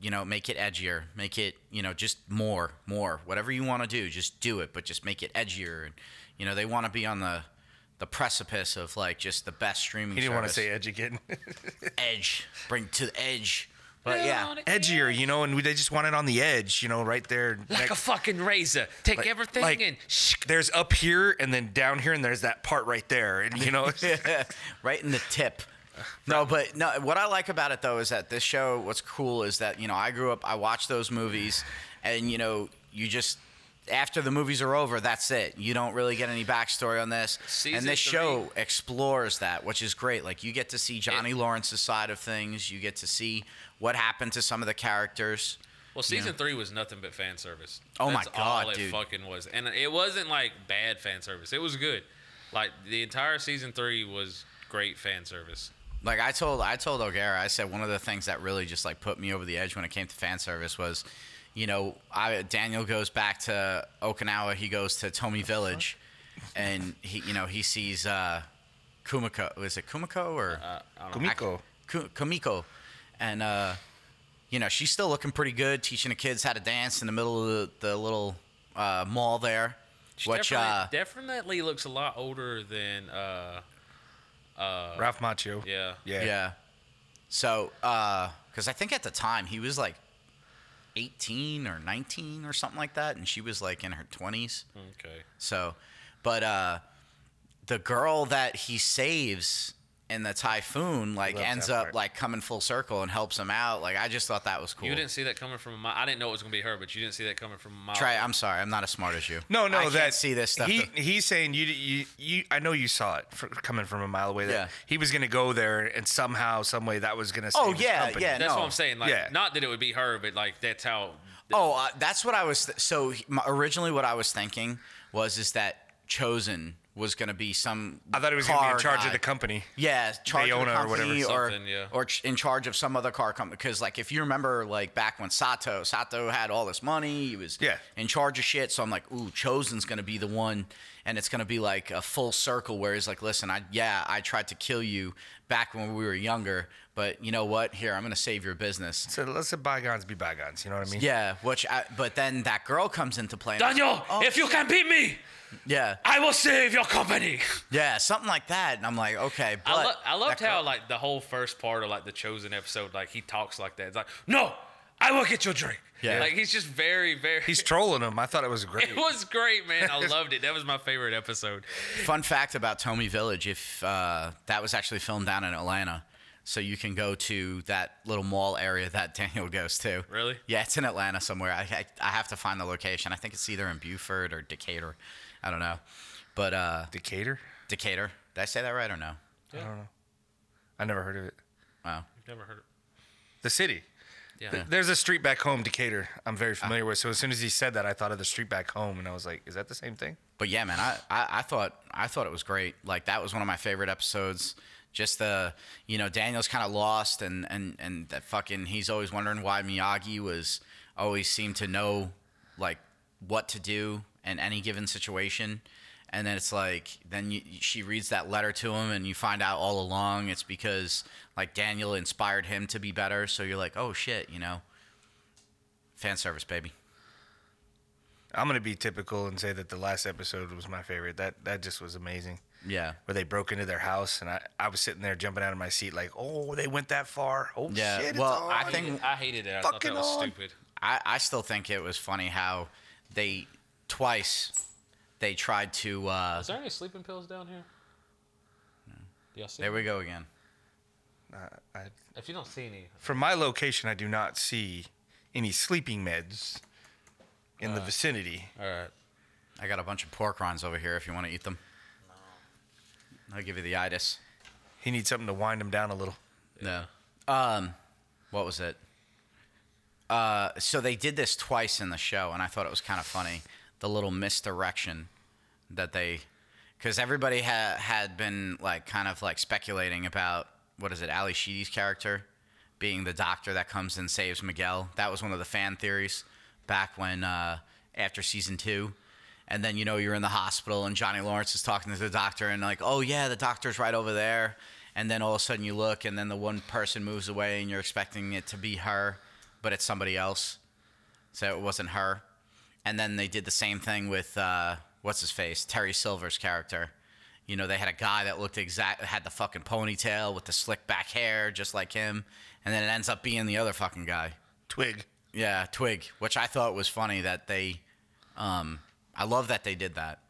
A: you know, make it edgier, make it, you know, just more, more, whatever you want to do, just do it, but just make it edgier. And you know, they want to be on the the precipice of like just the best streaming.
B: You didn't want to
A: service.
B: say edge again.
A: [LAUGHS] edge, bring to the edge. But yeah,
B: Edgier, you know, and we- they just want it on the edge, you know, right there.
C: [LAUGHS] like
B: next-
C: a fucking razor. Take everything
B: like,
C: and sh-
B: there's up here and then down here and there's that part right there, and you know, [LAUGHS]
A: right in the tip. No, but no. What I like about it though is that this show. What's cool is that you know I grew up. I watched those movies, and you know you just after the movies are over, that's it. You don't really get any backstory on this.
C: Season
A: and this
C: three.
A: show explores that, which is great. Like you get to see Johnny Lawrence's side of things. You get to see what happened to some of the characters.
C: Well, season three was nothing but fan service.
A: Oh my
C: That's all
A: God,
C: it
A: dude.
C: fucking was, and it wasn't like bad fan service. It was good. Like the entire season three was great fan service.
A: Like I told I told O'Gara, I said one of the things that really just like put me over the edge when it came to fan service was, you know, I Daniel goes back to Okinawa, he goes to Tomi Village, and he you know he sees uh, Kumiko. Is it Kumiko or
C: Uh-uh. Uh,
A: Oh,
B: Kumiko.
A: Ku- Kumiko, and uh, you know she's still looking pretty good, teaching the kids how to dance in the middle of the, the little uh, mall there. which
C: definitely,
A: uh,
C: definitely looks a lot older than uh
B: Ralph Macchio.
C: yeah.
B: Yeah.
A: uh, Yeah. So, because I think at the time he was like 18 or 19 or something like that, and she was like in her 20s.
B: Hmm.
C: Okay.
A: So, but uh, the girl that he saves in the typhoon like
B: Love
A: ends
B: that
A: up
B: part.
A: like coming full circle and helps him out. Like I just thought that was cool.
C: You didn't see that coming from a mile. I didn't know it was gonna be her, but you didn't see that coming from a mile.
A: Trey, I'm sorry, I'm not as smart as you.
B: No, no,
A: I
B: that
A: can't see this stuff.
B: He he's saying you you you. I know you saw it fr coming from a mile away. That
A: Yeah.
B: he was gonna go there and somehow, some way, that was gonna. Save
A: Oh,
B: his
A: yeah,
B: company.
A: yeah.
C: That's
A: no.
C: what I'm saying. Like,
B: Yeah.
C: not that it would be her, but like that's how
A: Oh, uh, that's what I was. Th- so he- my, originally, what I was thinking was is that Chosen was going to be some.
B: I thought he was going to be in
A: car
B: charge
A: guy.
B: of the company.
A: Yeah, charge of the
B: Bayona or whatever,
A: company or
C: something, yeah.
A: or ch- in charge of some other car company. Because like if you remember, like back when Sato Sato had all this money, he was
B: Yeah.
A: in charge of shit. So I'm like, ooh, Chosen's gonna be the one, and it's gonna be like a full circle where he's like, listen, I yeah, I tried to kill you back when we were younger, but you know what? Here, I'm gonna save your business.
B: So let's let bygones be bygones. You know what I mean?
A: Yeah, which I, but then that girl comes into play. and-
C: Daniel, if you can beat me,
A: yeah,
C: I will save your company.
A: yeah, something like that, and I'm like, okay, but
C: I, lo- I loved
A: that girl-
C: how like the whole first part of like the chosen episode, like he talks like that. It's like, no, I will get your drink.
A: Yeah.
C: like he's just very, very.
B: He's trolling them. I thought it was great. [LAUGHS]
C: [LAUGHS] it was great, man. I loved it. That was my favorite episode.
A: Fun fact about Tommy Village: if uh, that was actually filmed down in Atlanta, so you can go to that little mall area that [LAUGHS] Daniel goes to.
C: Really?
A: Yeah, it's in Atlanta somewhere. I I, I have to find the location. I think it's either in Buford or Decatur. I don't know, but uh,
B: Decatur?
A: Decatur. Did I say that right or no?
B: I never heard of it.
A: Wow.
C: I've never heard.
B: The city.
C: Yeah.
B: Th- There's a street back home, Decatur. I'm very familiar with. So as soon as he said that, I thought of the street back home, and I was like, "Is that the same thing?"
A: But yeah, man, I, I, I thought I thought it was great. Like that was one of my favorite episodes. Just the you know Daniel's kind of lost and and and that fucking he's always wondering why Miyagi was always seemed to know like what to do in any given situation. And then it's like then you, she reads that letter to him and you find out all along it's because like Daniel inspired him to be better. So you're like, oh shit, you know, fan service, baby.
B: I'm gonna be typical and say that the last episode was my favorite. That that just was amazing.
A: Yeah.
B: Where they broke into their house, and I, I was sitting there jumping out of my seat like, "Oh, they went that far! Oh
A: Yeah,
B: shit!" It's
A: well,
B: on.
A: I
C: I
A: think-
C: hated, I hated it. I thought
B: Fucking
C: that was
B: on.
C: stupid.
A: I, I still think it was funny how they twice they tried to uh
C: Is there any sleeping pills down here? Do y'all see?
A: there we go again.
B: I,
C: If you don't see any,
B: from my location, I do not see any sleeping meds in
A: Uh.
B: the vicinity.
C: all right.
A: I got a bunch of pork rinds over here if you want to eat them. I'll give you the itis.
B: He needs something to wind him down a little.
A: No. Um what was it? Uh so they did this twice in the show and I thought it was kind of funny. The little misdirection that they because everybody ha- had been like kind of like speculating about what is it ali sheedy's character being the doctor that comes and saves miguel that was one of the fan theories back when uh, after season two and then you know you're in the hospital and johnny lawrence is talking to the doctor and like oh yeah the doctor's right over there and then all of a sudden you look and then the one person moves away and you're expecting it to be her but it's somebody else so it wasn't her. And then they did the same thing with uh, what's his face, Terry Silver's character. You know, they had a guy that looked exact, had the fucking ponytail with the slick back hair, just like him. And then it ends up being the other fucking guy.
B: Twig.
A: Yeah, Twig, which I thought was funny that they, um, I love that they did that.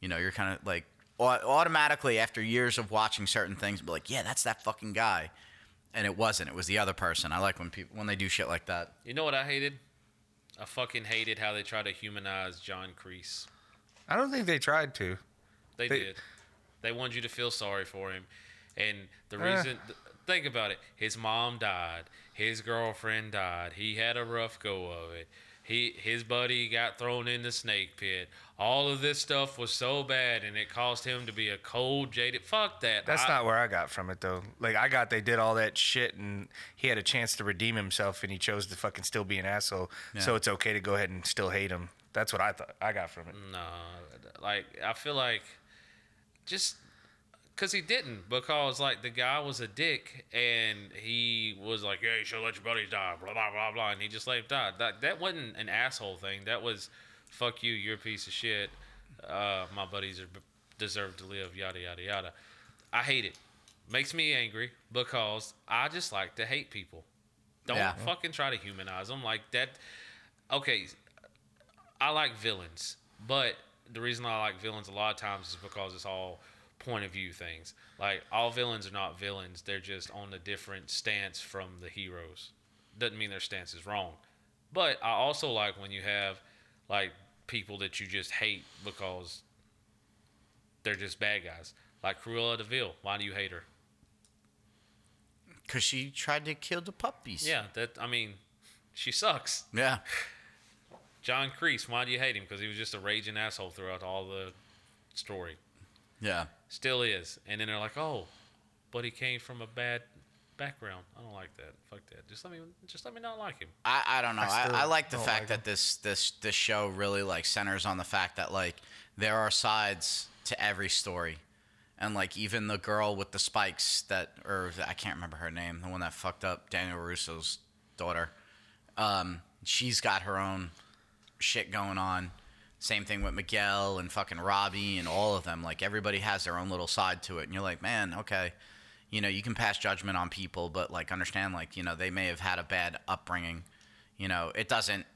A: You know, you're kind of like au- automatically after years of watching certain things, be like, yeah, that's that fucking guy, and it wasn't. It was the other person. I like when people when they do shit like that.
C: You know what I hated? I fucking hated how they tried to humanize John Kreese.
B: I don't think they tried to.
C: They,
B: They-
C: did. They wanted you to feel sorry for him, and the
B: Eh.
C: reason. th- think about it. His mom died. His girlfriend died. He had a rough go of it. He his buddy got thrown in the snake pit. All of this stuff was so bad, and it caused him to be a cold, jaded. Fuck that.
B: That's
C: I-
B: not where I got from it though. Like I got they did all that shit and he had a chance to redeem himself and he chose to fucking still be an asshole. So it's okay to go ahead and still hate him. That's what I thought I got from it.
A: Mm.
C: No, like I feel like just because he didn't, because like the guy was a dick and he was like, yeah, you should let your buddies die, blah blah blah blah, and he just let him die. That that wasn't an asshole thing. That was, fuck you, you're a piece of shit. Uh, my buddies are deserve to live. Yada yada yada. I hate it. Makes me angry because I just like to hate people. Don't
A: Yeah.
C: fucking try to humanize them like that. Okay, I like villains, but the reason I like villains a lot of times is because it's all point of view things. Like all villains are not villains; they're just on a different stance from the heroes. Doesn't mean their stance is wrong, but I also like when you have like people that you just hate because they're just bad guys. Like Cruella Deville. Why do you hate her?
A: Cause she tried to kill the puppies.
C: Yeah, that I mean, she sucks.
A: Yeah.
C: John Creese, why do you hate him? Because he was just a raging asshole throughout all the story.
A: Yeah.
C: Still is. And then they're like, oh, but he came from a bad background. I don't like that. Fuck that. Just let me just let me not like him.
A: I, I don't know. I,
B: still
A: I, like the
B: don't
A: fact
B: like
A: that this this this show really like centers on the fact that like there are sides to every story, and like even the girl with the spikes that or I can't remember her name, the one that fucked up Daniel Russo's daughter. Um, she's got her own shit going on. Same thing with Miguel and fucking Robbie and all of them. Like everybody has their own little side to it, and you're like, man, okay, you know, you can pass judgment on people, but like understand, like you know, they may have had a bad upbringing. You know, it doesn't.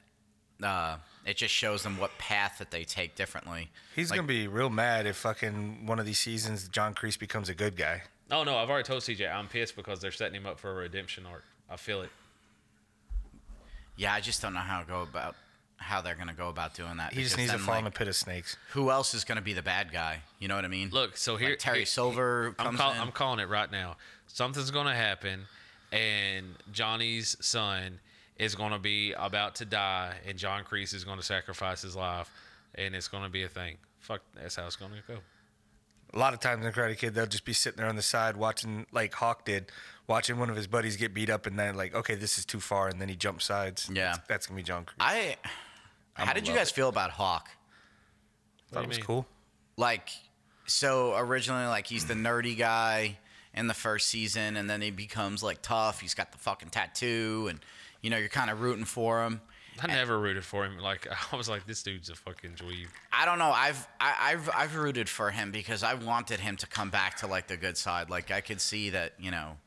A: Uh, it just shows them what path that they take differently.
B: He's
A: Like-
B: gonna be real mad if fucking one of these seasons John Creese becomes a good guy.
C: Oh no, I've already told CJ I'm pissed because they're setting him up for a redemption arc. I feel it.
A: Yeah, I just don't know how to go about how they're gonna go about doing that.
B: He just
A: because
B: needs to
A: then,
B: fall in a
A: like,
B: pit of snakes.
A: Who else is gonna be the bad guy? You know what I mean?
C: Look, so here
A: like Terry
C: here-
A: Silver
C: I'm,
A: comes
C: call,
A: in.
C: I'm calling it right now. Something's going to happen, and Johnny's son is going to be about to die, and John Creese is going to sacrifice his life, and it's going to be a thing. Fuck, that's how it's going to go.
B: A lot of times in Karate Kid, they'll just be sitting there on the side watching, like Hawk did, watching one of his buddies get beat up, and then like, okay, this is too far, and then he jumps sides.
A: Yeah.
B: that's, that's gonna be John Creese.
A: I. How did you
B: love
A: guys feel about Hawk?
B: Thought
C: do
B: it was
C: you mean?
B: cool.
A: like so originally like he's the nerdy guy in the first season and then he becomes like tough he's got the fucking tattoo and you know you're kind of rooting for him
C: I never rooted for him. Like [LAUGHS] I was like, this dude's a fucking dweeb.
A: i don't know i've I, i've i've rooted for him because i wanted him to come back to like the good side like i could see that you know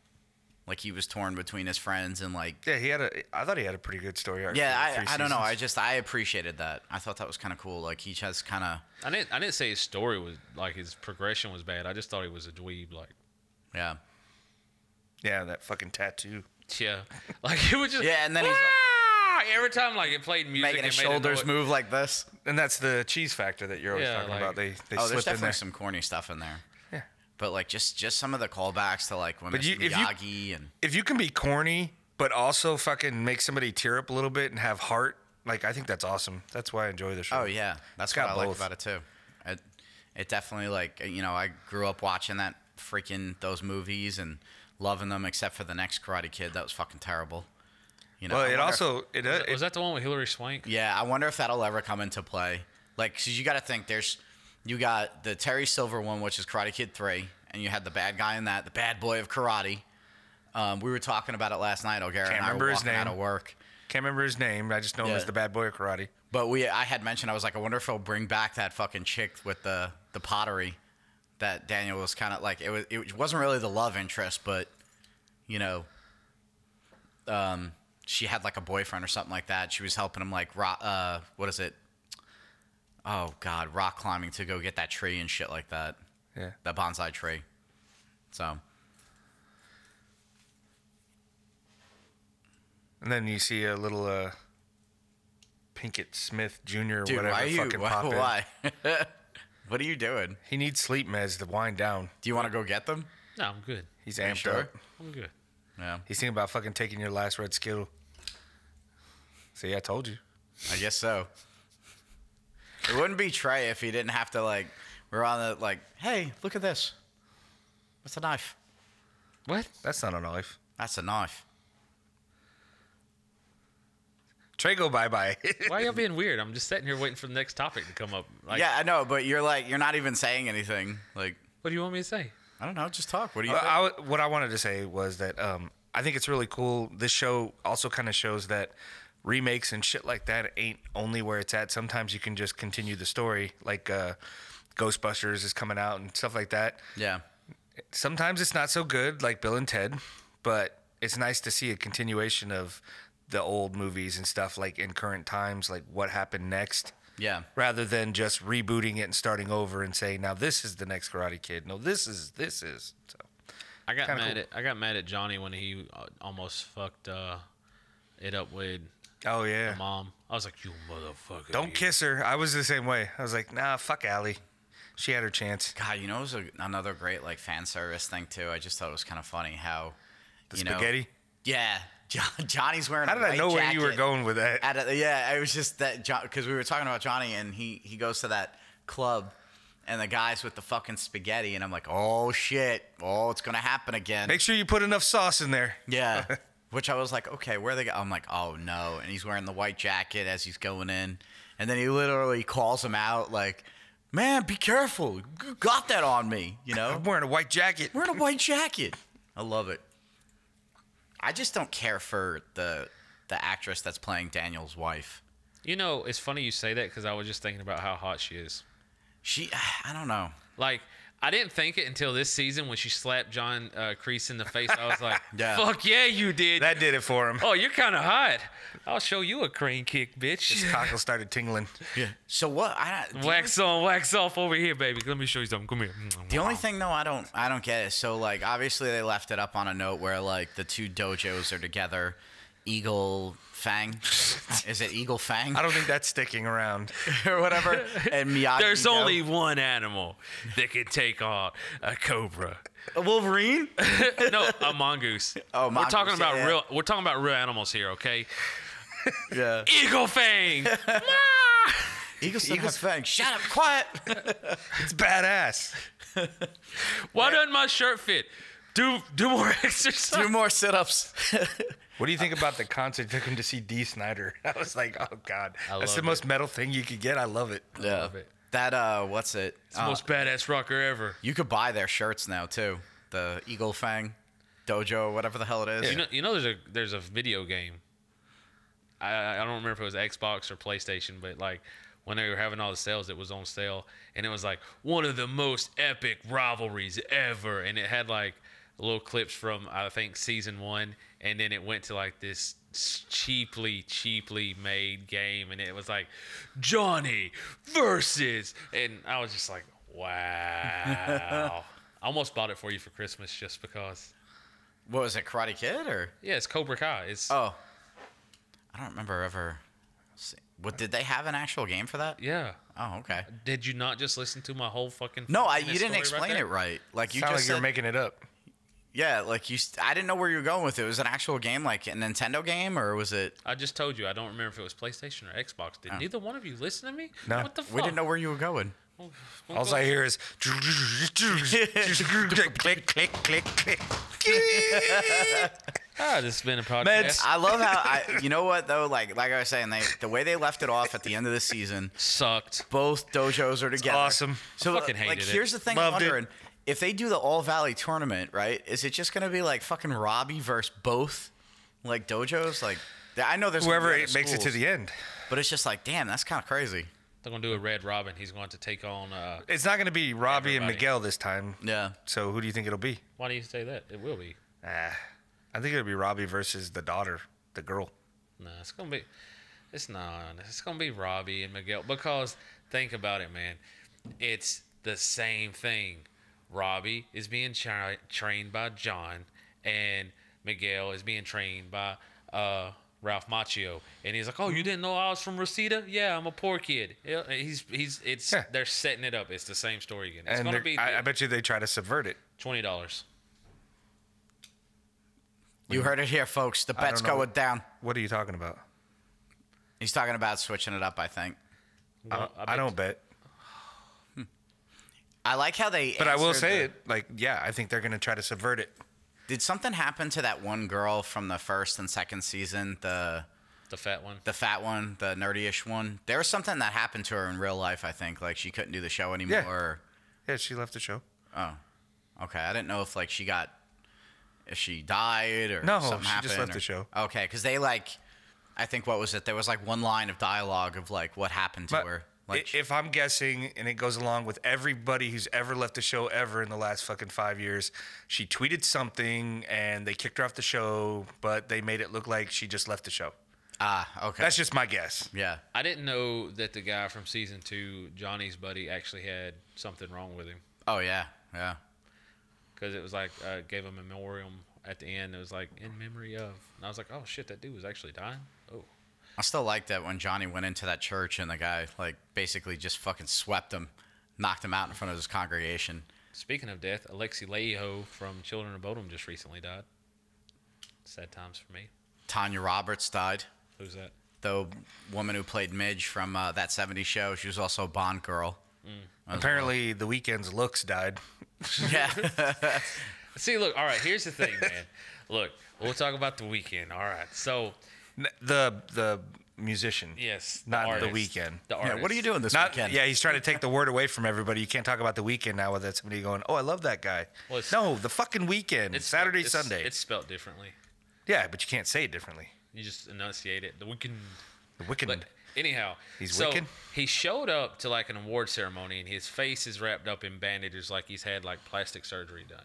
A: like he was torn between his friends and like
B: Yeah, he had a. I thought he had a pretty good story arc.
A: yeah
B: for the three
A: i, I don't know i
B: seasons.
A: just i appreciated that i thought that was kind of cool like he just kind of
C: I didn't. I didn't say his story was like his progression was bad. I just thought he was a dweeb. Like,
A: yeah
B: yeah, that fucking tattoo.
C: yeah, [LAUGHS] like it was just
A: Yeah, and then he's like- [LAUGHS]
C: "Ah!" every time like it played music,
A: making his
C: it made a
A: shoulders
C: noise.
A: move like this
B: And that's the cheese factor that you're always
C: Yeah,
B: talking
C: like-
B: about. They they
A: oh, there's
B: slip in
A: definitely
B: there.
A: some corny stuff in there.
B: Yeah.
A: But like just just some of the callbacks to like when
B: But
A: Mr.
B: you- if you-
A: Miyagi and
B: if you can be corny but also fucking make somebody tear up a little bit and have heart, like I think that's awesome. That's why I enjoy the show.
A: oh yeah, that's
B: It's
A: what
B: got
A: I like
B: both.
A: about it too. It, it definitely like you know I grew up watching that freaking those movies and loving them except for the next Karate Kid that was fucking terrible. You know.
B: Well,
A: I
B: it
A: wonder if-
B: also it, uh,
C: Was
B: it
C: that the one with Hillary Swank?
A: yeah, I wonder if that'll ever come into play. Like, 'cause you got to think there's you got the Terry Silver one, which is Karate Kid three, and you had the bad guy in that, the bad boy of karate. Um, we were talking about it last night. O'Gara
B: Can't
A: and I were
B: remember his
A: walking out
B: name.
A: of work.
B: can't remember his name. I just know him as
A: Yeah.
B: the bad boy of karate.
A: But we, I had mentioned, I was like, I wonder if he'll bring back that fucking chick with the the pottery that Daniel was kind of like. It was, it wasn't really the love interest, but you know, um, she had like a boyfriend or something like that. She was helping him like, rock, uh, what is it? Oh God, rock climbing to go get that tree and shit like that,
B: Yeah.
A: that bonsai tree. So
B: And then you see a little uh Pinkett Smith Jr.
A: dude,
B: whatever
A: why are you?
B: fucking
A: Why?
B: pop in.
A: [LAUGHS] why? [LAUGHS] what are you doing?
B: He needs sleep meds to wind down.
A: Do you want to go get them?
C: No, I'm good.
B: He's amped
A: sure?
B: up.
C: I'm good.
A: Yeah,
B: He's thinking about fucking taking your last red skittle. See, I told you.
A: I guess so. It wouldn't be Trey if he didn't have to like. We're on the like. Hey, look at this. That's a knife.
C: What?
B: That's not a knife.
A: That's a knife.
B: Trey go bye bye. [LAUGHS]
C: Why y'all being weird? I'm just sitting here waiting for the next topic to come up. Like,
A: yeah, I know, but you're like you're not even saying anything. Like Uh,
C: What do you want me to say?
A: I don't know, just talk. What do you?
B: Well,
A: think?
B: I w- what I wanted to say was that um, I think it's really cool. This show also kind of shows that remakes and shit like that ain't only where it's at. Sometimes you can just continue the story, like uh, Ghostbusters is coming out and stuff like that.
A: uh, yeah,
B: Sometimes it's not so good, like Bill and Ted, but it's nice to see a continuation of the old movies and stuff, like in current times, like what happened next.
A: yeah,
B: Rather than just rebooting it and starting over and saying, now this is the next Karate Kid. No, this is, this is. So.
C: I got
B: Kinda
C: mad
B: cool.
C: at I got mad at Johnny when he uh, almost fucked uh, it up with
B: Oh, yeah.
C: mom. I was like, you motherfucker.
B: Don't
C: you."
B: kiss her. I was the same way. I was like, nah, fuck Allie. She had her chance.
A: God, you know, it was a, another great like fan service thing too. I just thought it was kind of funny how
B: The
A: you know-
B: spaghetti.
A: yeah, [LAUGHS] Jo- Johnny's wearing.
B: How
A: a
B: did I
A: white
B: know where you were
A: jacket
B: going with that?
A: At a, yeah, it was just that because we were talking about Johnny, and he he goes to that club, and the guys with the fucking spaghetti, and I'm like, oh shit, oh it's gonna happen again.
B: Make sure you put enough sauce in there.
A: Yeah. Which I was like, okay, where they go? I'm like, oh no. And he's wearing the white jacket as he's going in. And then he literally calls him out, like, man, be careful. You got that on me, you know?
B: [LAUGHS] I'm wearing a white
A: [LAUGHS]
B: jacket.
A: Wearing a white jacket. I love it. I just don't care for the the actress that's playing Daniel's wife.
C: You know, it's funny you say that because I was just thinking about how hot she is.
A: She, [SIGHS] I don't know.
C: Like, I didn't think it until this season when she slapped John uh, Creese in the face. I was
B: [LAUGHS]
C: like,
A: Yeah.
C: "Fuck yeah, you did!
B: That did it for him.
C: oh, you're kind of hot. I'll show you a crane kick, bitch.
B: His cockle started tingling.
A: So what? I don't, the
C: wax on, wax off over here, baby. Let me show you something. Come here.
A: The only thing though I don't I don't get is so like obviously they left it up on a note where like the two dojos are together. Eagle
C: [LAUGHS]
A: Fang. Is it Eagle Fang?
B: I don't think that's
A: [LAUGHS]
B: sticking around.
A: or
C: [LAUGHS]
A: whatever. And Miyagi.
C: There's
A: Do.
C: only one animal that can take on a cobra.
A: A Wolverine?
C: No, a mongoose.
A: [LAUGHS] Oh,
C: We're talking
A: mongoose,
C: about
A: yeah, yeah.
C: real. We're talking about real animals here, okay?
A: Yeah.
C: Eagle fang.
A: [LAUGHS] Eagle Eagle Fang. [LAUGHS] Shut up, quiet.
B: It's badass.
C: Why doesn't my shirt fit? Do do more [LAUGHS] exercise.
A: Do more sit [LAUGHS] ups.
B: What do you think about the concert took him to see D. Snyder? [LAUGHS] I was like, oh god, that's
C: love
B: the
C: it.
B: most metal thing you could get. I love it.
A: Yeah.
C: it.
A: That uh what's it?
C: It's the
A: Uh,
C: most badass rocker ever.
A: you could buy their shirts now too. The Eagle Fang Dojo, whatever the hell it is.
C: You know, you know, there's a there's a video game. I I don't remember if it was Xbox or PlayStation, but like when they were having all the sales, it was on sale, and it was like one of the most epic rivalries ever, and it had like little clips from I think season one, and then it went to like this s- cheaply cheaply made game, and it was like Johnny versus, and I was just like, wow. I almost bought it for you for Christmas just because.
A: What was it, Karate Kid or
C: Yeah, it's Cobra Kai. It's
A: Oh, I don't remember ever. See. What did they have an actual game for that?
C: yeah.
A: Oh, okay.
C: Did you not just listen to my whole fucking?
A: No, I,
C: minute
A: you didn't
C: story
A: explain
C: right
A: it right. Like you
B: Sound
A: just
B: like you're
A: said-
B: making it up.
A: yeah, like you. St- I didn't know where you were going with it. Was it an actual game, like a Nintendo game, or was it?
C: I just told you. I don't remember if it was PlayStation or Xbox. Did neither one of you listen to me?
B: No.
C: What the fuck?
A: Oh. We didn't know where you were going.
B: All I hear is click, click, click, click.
C: Ah, this has been a podcast.
B: Meds.
A: I love how I. You know what though? Like like I was saying, they the way they left it off at the end of the season.
C: Sucked.
A: both dojos are together.
B: awesome.
A: So
C: Fucking
A: like,
C: hated it.
A: here's the thing I'm
B: Loved it.
A: wondering. If they do the All Valley tournament, right? Is it just going to be like fucking Robbie versus both like dojos? Like th- I know there's gonna be
B: Whoever
A: other
B: it makes it to
A: schools,
B: the end.
A: But it's just like, damn, that's kind of crazy.
C: They're gonna do a Red Robin. He's going to take on. Uh,
B: It's not going to be Robbie and
C: Everybody.
B: Miguel this time.
A: Yeah.
B: So who do you think it'll be?
C: why do you say that? It will be.
B: Ah, I think it'll be Robbie versus the daughter, the girl.
C: No, it's gonna be. It's not. It's gonna be Robbie and Miguel because think about it, man. It's the same thing. Robbie is being tra- trained by John, and Miguel is being trained by uh, Ralph Macchio. And he's like, "Oh, you didn't know I was from Reseda? Yeah, I'm a poor kid." Yeah, and He's he's it's
B: Yeah.
C: they're setting it up. It's the same story again. It's
B: And
C: gonna
B: they're-
C: be
B: I, I bet you they try to subvert it.
C: twenty dollars.
A: You heard it here, folks. The
B: don't
A: bet's
B: know.
A: going down.
B: What are you talking about?
A: He's talking about switching it up, I think.
B: I don't bet.
A: I like how they.
B: But I will
A: answered
B: say
A: the-
B: it. Like, yeah, I think they're going to try to subvert it.
A: Did something happen to that one girl from the first and second season? The
C: the fat one.
A: the fat one, the nerdyish one. There was something that happened to her in real life. I think like she couldn't do the show anymore.
B: Yeah, she left the show.
A: Okay, I didn't know if like she got if she died or
B: No,
A: something
B: she
A: happened.
B: just left
A: or-
B: the show.
A: Okay, because they like, I think what was it? There was like one line of dialogue of like what happened to
B: But
A: her. Like,
B: i- if I'm guessing, and it goes along with everybody who's ever left the show ever in the last fucking five years, she tweeted something and they kicked her off the show, but they made it look like she just left the show.
A: ah, okay,
B: That's just my guess.
A: yeah.
C: I didn't know that the guy from season two, Johnny's buddy, actually had something wrong with him.
A: Oh yeah, yeah.
C: because it was like uh, gave a memoriam at the end. It was like in memory of, and I was like, oh shit, that dude was actually dying. Oh,
A: I still like that when Johnny went into that church and the guy like basically just fucking swept him, knocked him out in front of his congregation.
C: speaking of death, Alexi Leho from Children of Bodom just recently died. Sad times for me.
A: Tanya Roberts died.
C: Who's that?
A: The woman who played Midge from uh, that 70s show. She was also Bond girl.
B: [LAUGHS] Apparently, the weekend's looks died.
A: Yeah.
C: See, look, all right, here's the thing, man. look, we'll talk about the weekend. All right. So,
B: N- The the musician.
C: yes.
B: Not the
C: artist,
B: Weeknd.
C: The
A: [LAUGHS] yeah
C: artist.
A: what are you doing this
B: Not
A: weekend?
B: yeah. He's trying to take the word away from everybody. You can't talk about the weekend now without somebody going, "Oh, I love that guy."
C: Well, it's-
B: no, the fucking weekend.
C: It's spelled-
B: Saturday,
C: it's-
B: Sunday.
C: It's spelled differently.
B: yeah, but you can't say it differently.
C: You just enunciate it. The weekend.
B: The weekend.
A: Mm.
C: But anyhow,
B: He's
C: so
B: Wiccan?
C: he showed up to like an award ceremony, and his face is wrapped up in bandages, like he's had like plastic surgery done.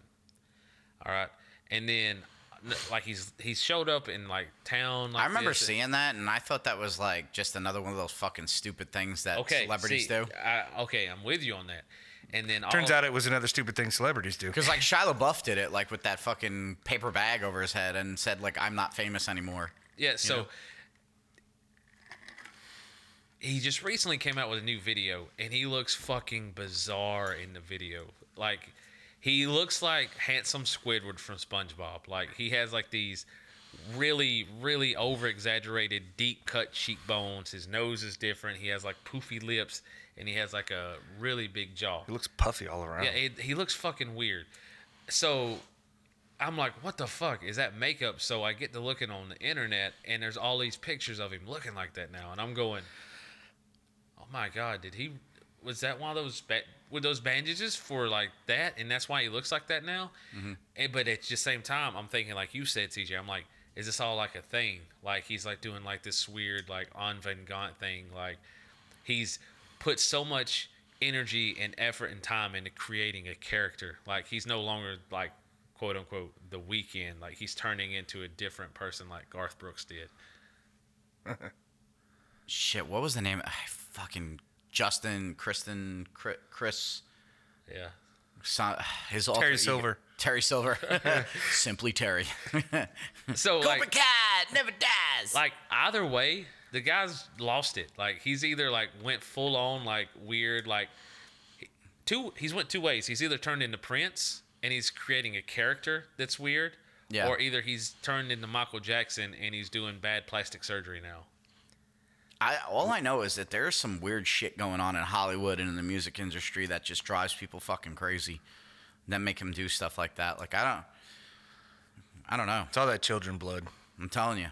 C: All right, and then n- like he's he's showed up in like town. Like
A: I remember
C: this, and-
A: seeing that, and I thought that was like just another one of those fucking stupid things that
C: Okay,
A: celebrities
C: see,
A: do.
C: I, okay, I'm with you on that. And then
B: Turns
C: all,
B: out it was another stupid thing celebrities do.
A: Because like Shia LaBeouf did it, like with that fucking paper bag over his head, and said like, "I'm not famous anymore."
C: Yeah, so he just recently came out with a new video and he looks fucking bizarre in the video. Like he looks like handsome Squidward from SpongeBob. Like he has like these really really over exaggerated deep cut cheekbones. His nose is different. He has like poofy lips and he has like a really big jaw.
B: It looks puffy all around.
C: Yeah, it, he looks fucking weird. So I'm like, what the fuck is that makeup? So I get to looking on the internet, and there's all these pictures of him looking like that now, and I'm going, oh my god, did he? Was that one of those ba- with those bandages for like that, and that's why he looks like that now? And, but at the same time, I'm thinking like you said, TJ. I'm like, is this all like a thing? Like he's like doing like this weird like avant-garde thing, like he's put so much energy and effort and time into creating a character. Like he's no longer like quote unquote the weekend. Like he's turning into a different person like Garth Brooks did.
A: Shit, what was the name? I fucking Justin, Kristen, Chri- Chris,
C: Yeah.
A: son, his alter
B: Terry
A: ego-
B: Silver.
A: Terry Silver,
B: [LAUGHS]
A: [LAUGHS] simply Terry. [LAUGHS]
C: So
A: Hmm. Cobra
C: like,
A: Kai never dies.
C: like either way, the guy's lost it. Like he's either like went full on like weird like two he's went two ways. He's either turned into Prince and he's creating a character that's weird.
A: Yeah.
C: Or either he's turned into Michael Jackson and he's doing bad plastic surgery now.
A: I, all I know is that there's some weird shit going on in Hollywood and in the music industry that just drives people fucking crazy. That make them do stuff like that. Like I don't, I don't know.
B: It's all that children blood.
A: I'm telling you.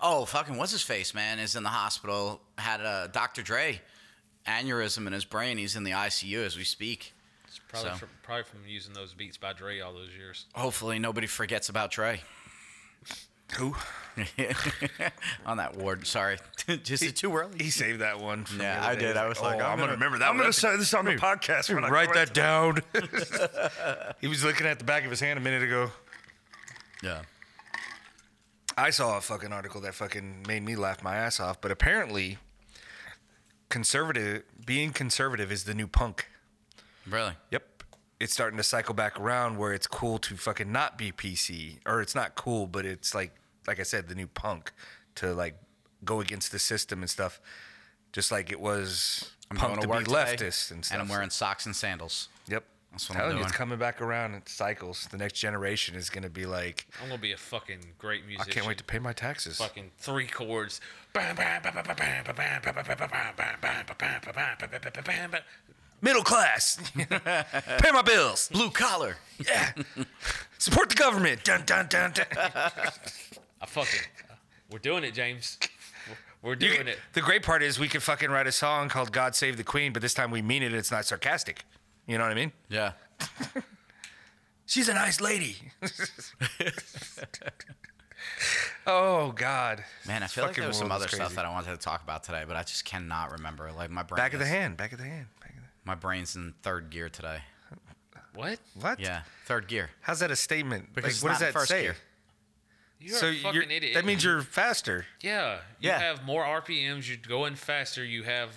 A: Oh, fucking what's his face, man, is in the hospital, had a Dr. Dre aneurysm in his brain. He's in the ICU as we speak.
C: It's probably
A: So.
C: from probably from using those beats by Dre all those years.
A: Hopefully nobody forgets about Dre. [LAUGHS]
B: Who?
A: On that ward, sorry. [LAUGHS] Just it too early?
B: He saved that one. for me
A: Yeah,
B: the other
A: I
B: day.
A: did. I was like, I'm
B: oh, I'm, gonna
A: gonna-
B: remember that. I'm gonna say this on the podcast. When write that down. [LAUGHS] he was looking at the back of his hand a minute ago.
A: Yeah.
B: I saw a fucking article that fucking made me laugh my ass off. But apparently, conservative being conservative is the new punk.
A: Really?
B: Yep. It's starting to cycle back around where it's cool to fucking not be PC, or it's not cool, but it's like, like I said, the new punk to like go against the system and stuff, just like it was punk to, be
A: today,
B: leftist and stuff.
A: I'm wearing socks and sandals.
B: Yep.
A: That's what I'm
B: Telling you,
A: doing.
B: it's coming back around in cycles. The next generation is going to be like,
C: I'm gonna be a fucking great
B: I
C: musician.
B: can't wait to pay my taxes.
C: fucking three chords.
B: Middle class, pay my bills.
A: Blue collar.
B: Yeah, support the government. Dun dun dun dun.
C: I fucking we're doing it, James. We're- We're
B: You
C: doing
B: can-
C: it.
B: The great part is we could fucking write a song called "God Save the Queen," but this time we mean it. It's not sarcastic. You know what I mean?
A: Yeah.
B: She's a
A: [LAUGHS]
B: nice lady. oh God,
A: Man, I
B: This
A: feel like
B: fucking
A: there was some
B: world
A: other
B: is
A: stuff
B: crazy.
A: that I wanted to talk about today, but I just cannot remember. Like my brain
B: Back of the
A: is-
B: hand. Back of the hand. Back of the...
A: My brain's in third gear today.
C: What?
B: What?
A: Yeah, third gear.
B: How's that a statement?
A: Because
B: like, what
A: it's not
B: does that
A: first
B: say?
A: gear.
C: You're a fucking
B: you're-
C: idiot.
B: That means you're
C: [LAUGHS]
B: faster.
C: yeah. You
A: Yeah.
C: have more RPMs. You're going faster. You have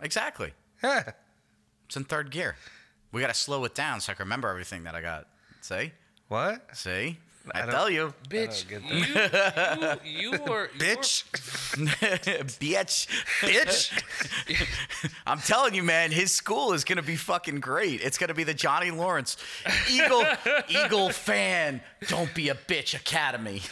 A: Exactly.
B: Yeah.
A: It's in third gear. We got to slow it down so I can remember everything that I got. See?
B: What?
A: See? I, tell
B: [LAUGHS]
A: you,
C: Bitch,
B: I don't
C: you, you, you
B: [LAUGHS]
C: were you
B: Bitch,
A: bitch.
B: bitch.
A: [LAUGHS] I'm telling you, man, his school is gonna be fucking great. It's gonna be the Johnny Lawrence
B: [LAUGHS]
A: Eagle Eagle fan. Don't be a bitch academy,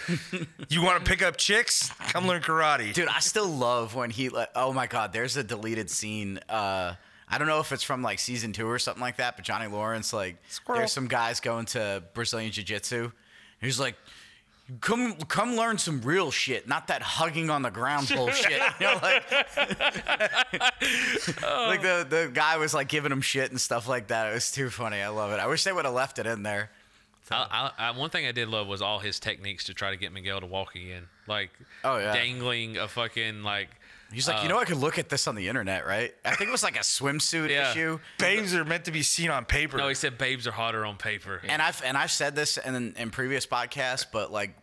B: You want to pick up chicks? Come learn karate.
A: dude. I still love when he. Like, oh my god, there's a deleted scene. Uh, I don't know if it's from like season two or something like that, but Johnny Lawrence, like,
B: Squirrel.
A: there's some guys going to Brazilian Jiu Jitsu. He's like. Come, come, learn some real shit, not that hugging on the ground bullshit. [LAUGHS] You know, like, like the, the guy was like giving him shit and stuff like that. It was too funny. I love it. I wish they would have left it in there.
C: I, I, I, one thing I did love was all his techniques to try to get Miguel to walk again, like
A: Oh, yeah.
C: dangling a fucking like.
A: He's like, you know, I could look at this on the internet, right? I think it was like a swimsuit
C: Yeah.
A: issue.
B: Babes are meant to be seen on paper.
C: No, he said babes are hotter on paper.
A: And I've and I've said this in in previous podcasts, but like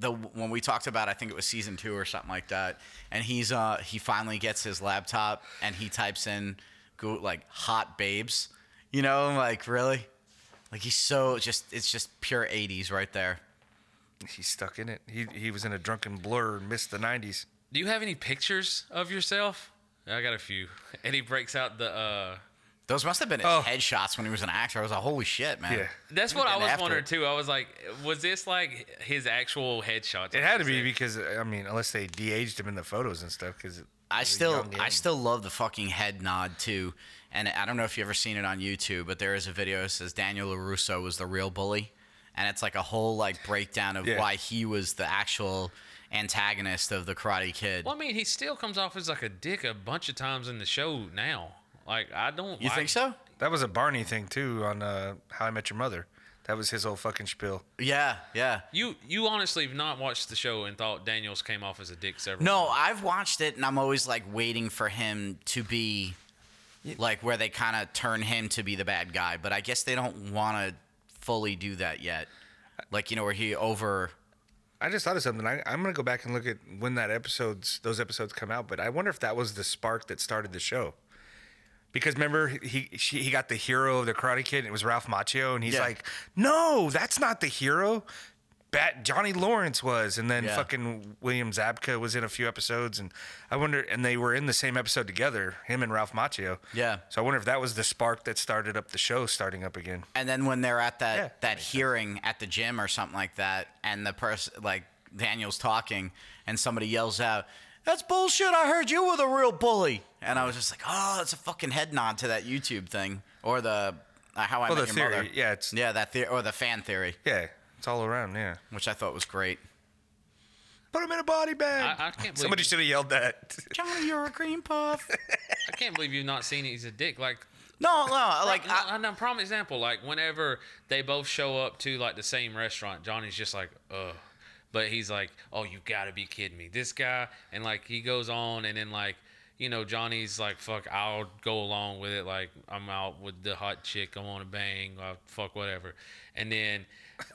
A: the when we talked about, I think it was season two or something like that. And he's uh he finally gets his laptop and he types in go like hot babes, you know, like really, like he's so just it's just pure '80s right there.
B: He's stuck in it. He he was in a drunken blur and missed the 90s.
C: Do you have any pictures of yourself? I got a few. [LAUGHS] And he breaks out the. uh
A: Those must have been his
B: Oh.
A: headshots when he was an actor. I was like, holy shit, man.
B: Yeah.
C: That's what I
A: And
C: was
A: after-
C: wondering too. I was like, was this like his actual headshots?
B: It had to be because I mean, unless they de-aged him in the photos and stuff. Because
A: I still I still love the fucking head nod too. And I don't know if you've ever seen it on YouTube, but there is a video that says Daniel LaRusso was the real bully. And it's like a whole like breakdown of
B: Yeah.
A: why he was the actual antagonist of the Karate Kid.
C: Well, I mean, he still comes off as like a dick a bunch of times in the show now. Like I don't.
A: You
C: like-
A: think so?
B: that was a Barney thing too on uh, How I Met Your Mother. That was his whole fucking spiel.
A: Yeah, yeah.
C: You you honestly have not watched the show and thought Daniels came off as a dick several.
A: No, I've watched it and I'm always like waiting for him to be like where they kind of turn him to be the bad guy, but I guess they don't want to fully do that yet. Like, you know, where he over
B: I just thought of something. I, I'm gonna go back and look at when that episodes those episodes come out. But I wonder if that was the spark that started the show. Because remember he she, he got the hero of the Karate Kid. And it was Ralph Macchio, and he's
A: Yeah.
B: like, "No, that's not the hero." Bat Johnny Lawrence was, and then
A: Yeah.
B: fucking William Zabka was in a few episodes, and I wonder, and they were in the same episode together, him and Ralph Macchio.
A: Yeah.
B: So I wonder if that was the spark that started up the show starting up again.
A: And then when they're at that
B: Yeah, that
A: that hearing at the gym or something like that, and the person like Daniel's talking, and somebody yells out, "That's bullshit! I heard you were the real bully." And I was just like, "Oh, that's a fucking head nod to that YouTube thing or the uh, how I
B: Well,
A: met your
B: the theory,
A: mother."
B: yeah, it's-
A: yeah, that theory or the fan theory,
B: Yeah, it's all around. Yeah.
A: which I thought was great.
B: Put him in a body bag.
C: I- I can't believe
B: Somebody
C: you-
B: should have yelled that. [LAUGHS]
A: Johnny, you're a green puff.
C: I can't believe you've not seen he's a dick. Like
A: no, no, like
C: like
A: I,
C: I, a prime example, like whenever they both show up to like the same restaurant, Johnny's just like, ugh. But he's like, oh, you gotta be kidding me, this guy. And like he goes on, and then like, you know, Johnny's like, fuck, I'll go along with it. Like I'm out with the hot chick, I want to bang, I fuck whatever. And then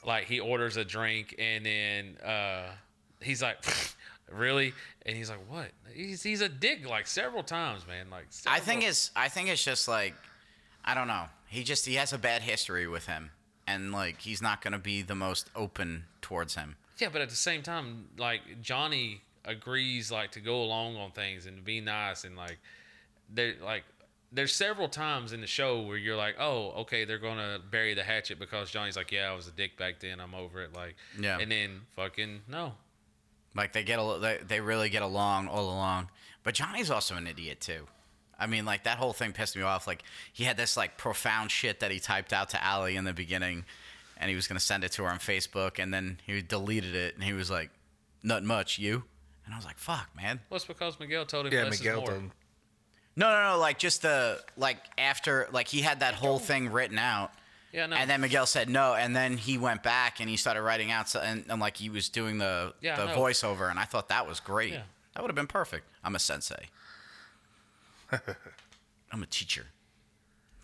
C: like he orders a drink, and then uh, he's like. [LAUGHS] Really? And he's like, what? He's, he's a dig like several times, man. Like
A: I think
C: several-
A: it's I think it's just like I don't know. He just he has a bad history with him, and like he's not gonna be the most open towards him.
C: Yeah, but at the same time, like Johnny agrees like to go along on things and to be nice and like there like there's several times in the show where you're like, oh, okay, they're gonna bury the hatchet because Johnny's like, yeah, I was a dick back then, I'm over it, like,
A: Yeah.
C: and then fucking no,
A: Like they get al- they, they really get along all along. But Johnny's also an idiot too. I mean, like that whole thing pissed me off. Like he had this like profound shit that he typed out to Allie in the beginning, and he was gonna send it to her on Facebook, and then he deleted it, and he was like, "Not much, you." And I was like, "Fuck, man."
C: well, it's because Miguel told him
B: Yeah,
C: less
B: Miguel
C: is more.
B: told him.
A: No, no, no. Like just the like after like he had that whole thing written out.
C: Yeah, no.
A: And then Miguel said no, and then he went back and he started writing out, so, and, and like he was doing the
C: Yeah,
A: the
C: I know.
A: voiceover, and I thought that was great.
C: Yeah.
A: That would have been perfect. I'm a sensei. [LAUGHS] I'm a teacher.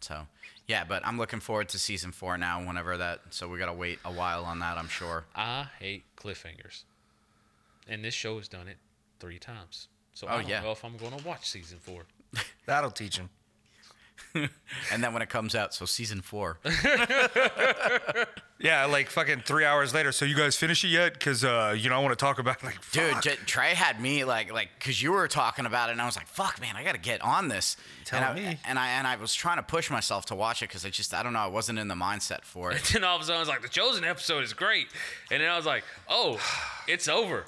A: So yeah, but I'm looking forward to season four now. Whenever that, so we gotta wait a while on that. I'm sure.
C: I hate cliffhangers, and this show has done it three times. So
A: Oh,
C: I don't
A: yeah.
C: know if I'm gonna watch season four.
B: That'll teach him.
A: and then when it comes out, so season four.
B: Yeah, like fucking three hours later. So you guys finish it yet? Because uh, you know I want to talk about like
A: Dude,
B: fuck.
A: J- Trey had me like like because you were talking about it, and I was like, "Fuck, man, I gotta get on this."
B: Tell
A: and I,
B: me.
A: And I and I was trying to push myself to watch it because I just I don't know I wasn't in the mindset for
B: [LAUGHS]
A: it.
C: [LAUGHS] Then all of a sudden, I was like, "The Chosen episode is great," and then I was like,
B: [SIGHS]
C: "Oh, it's over."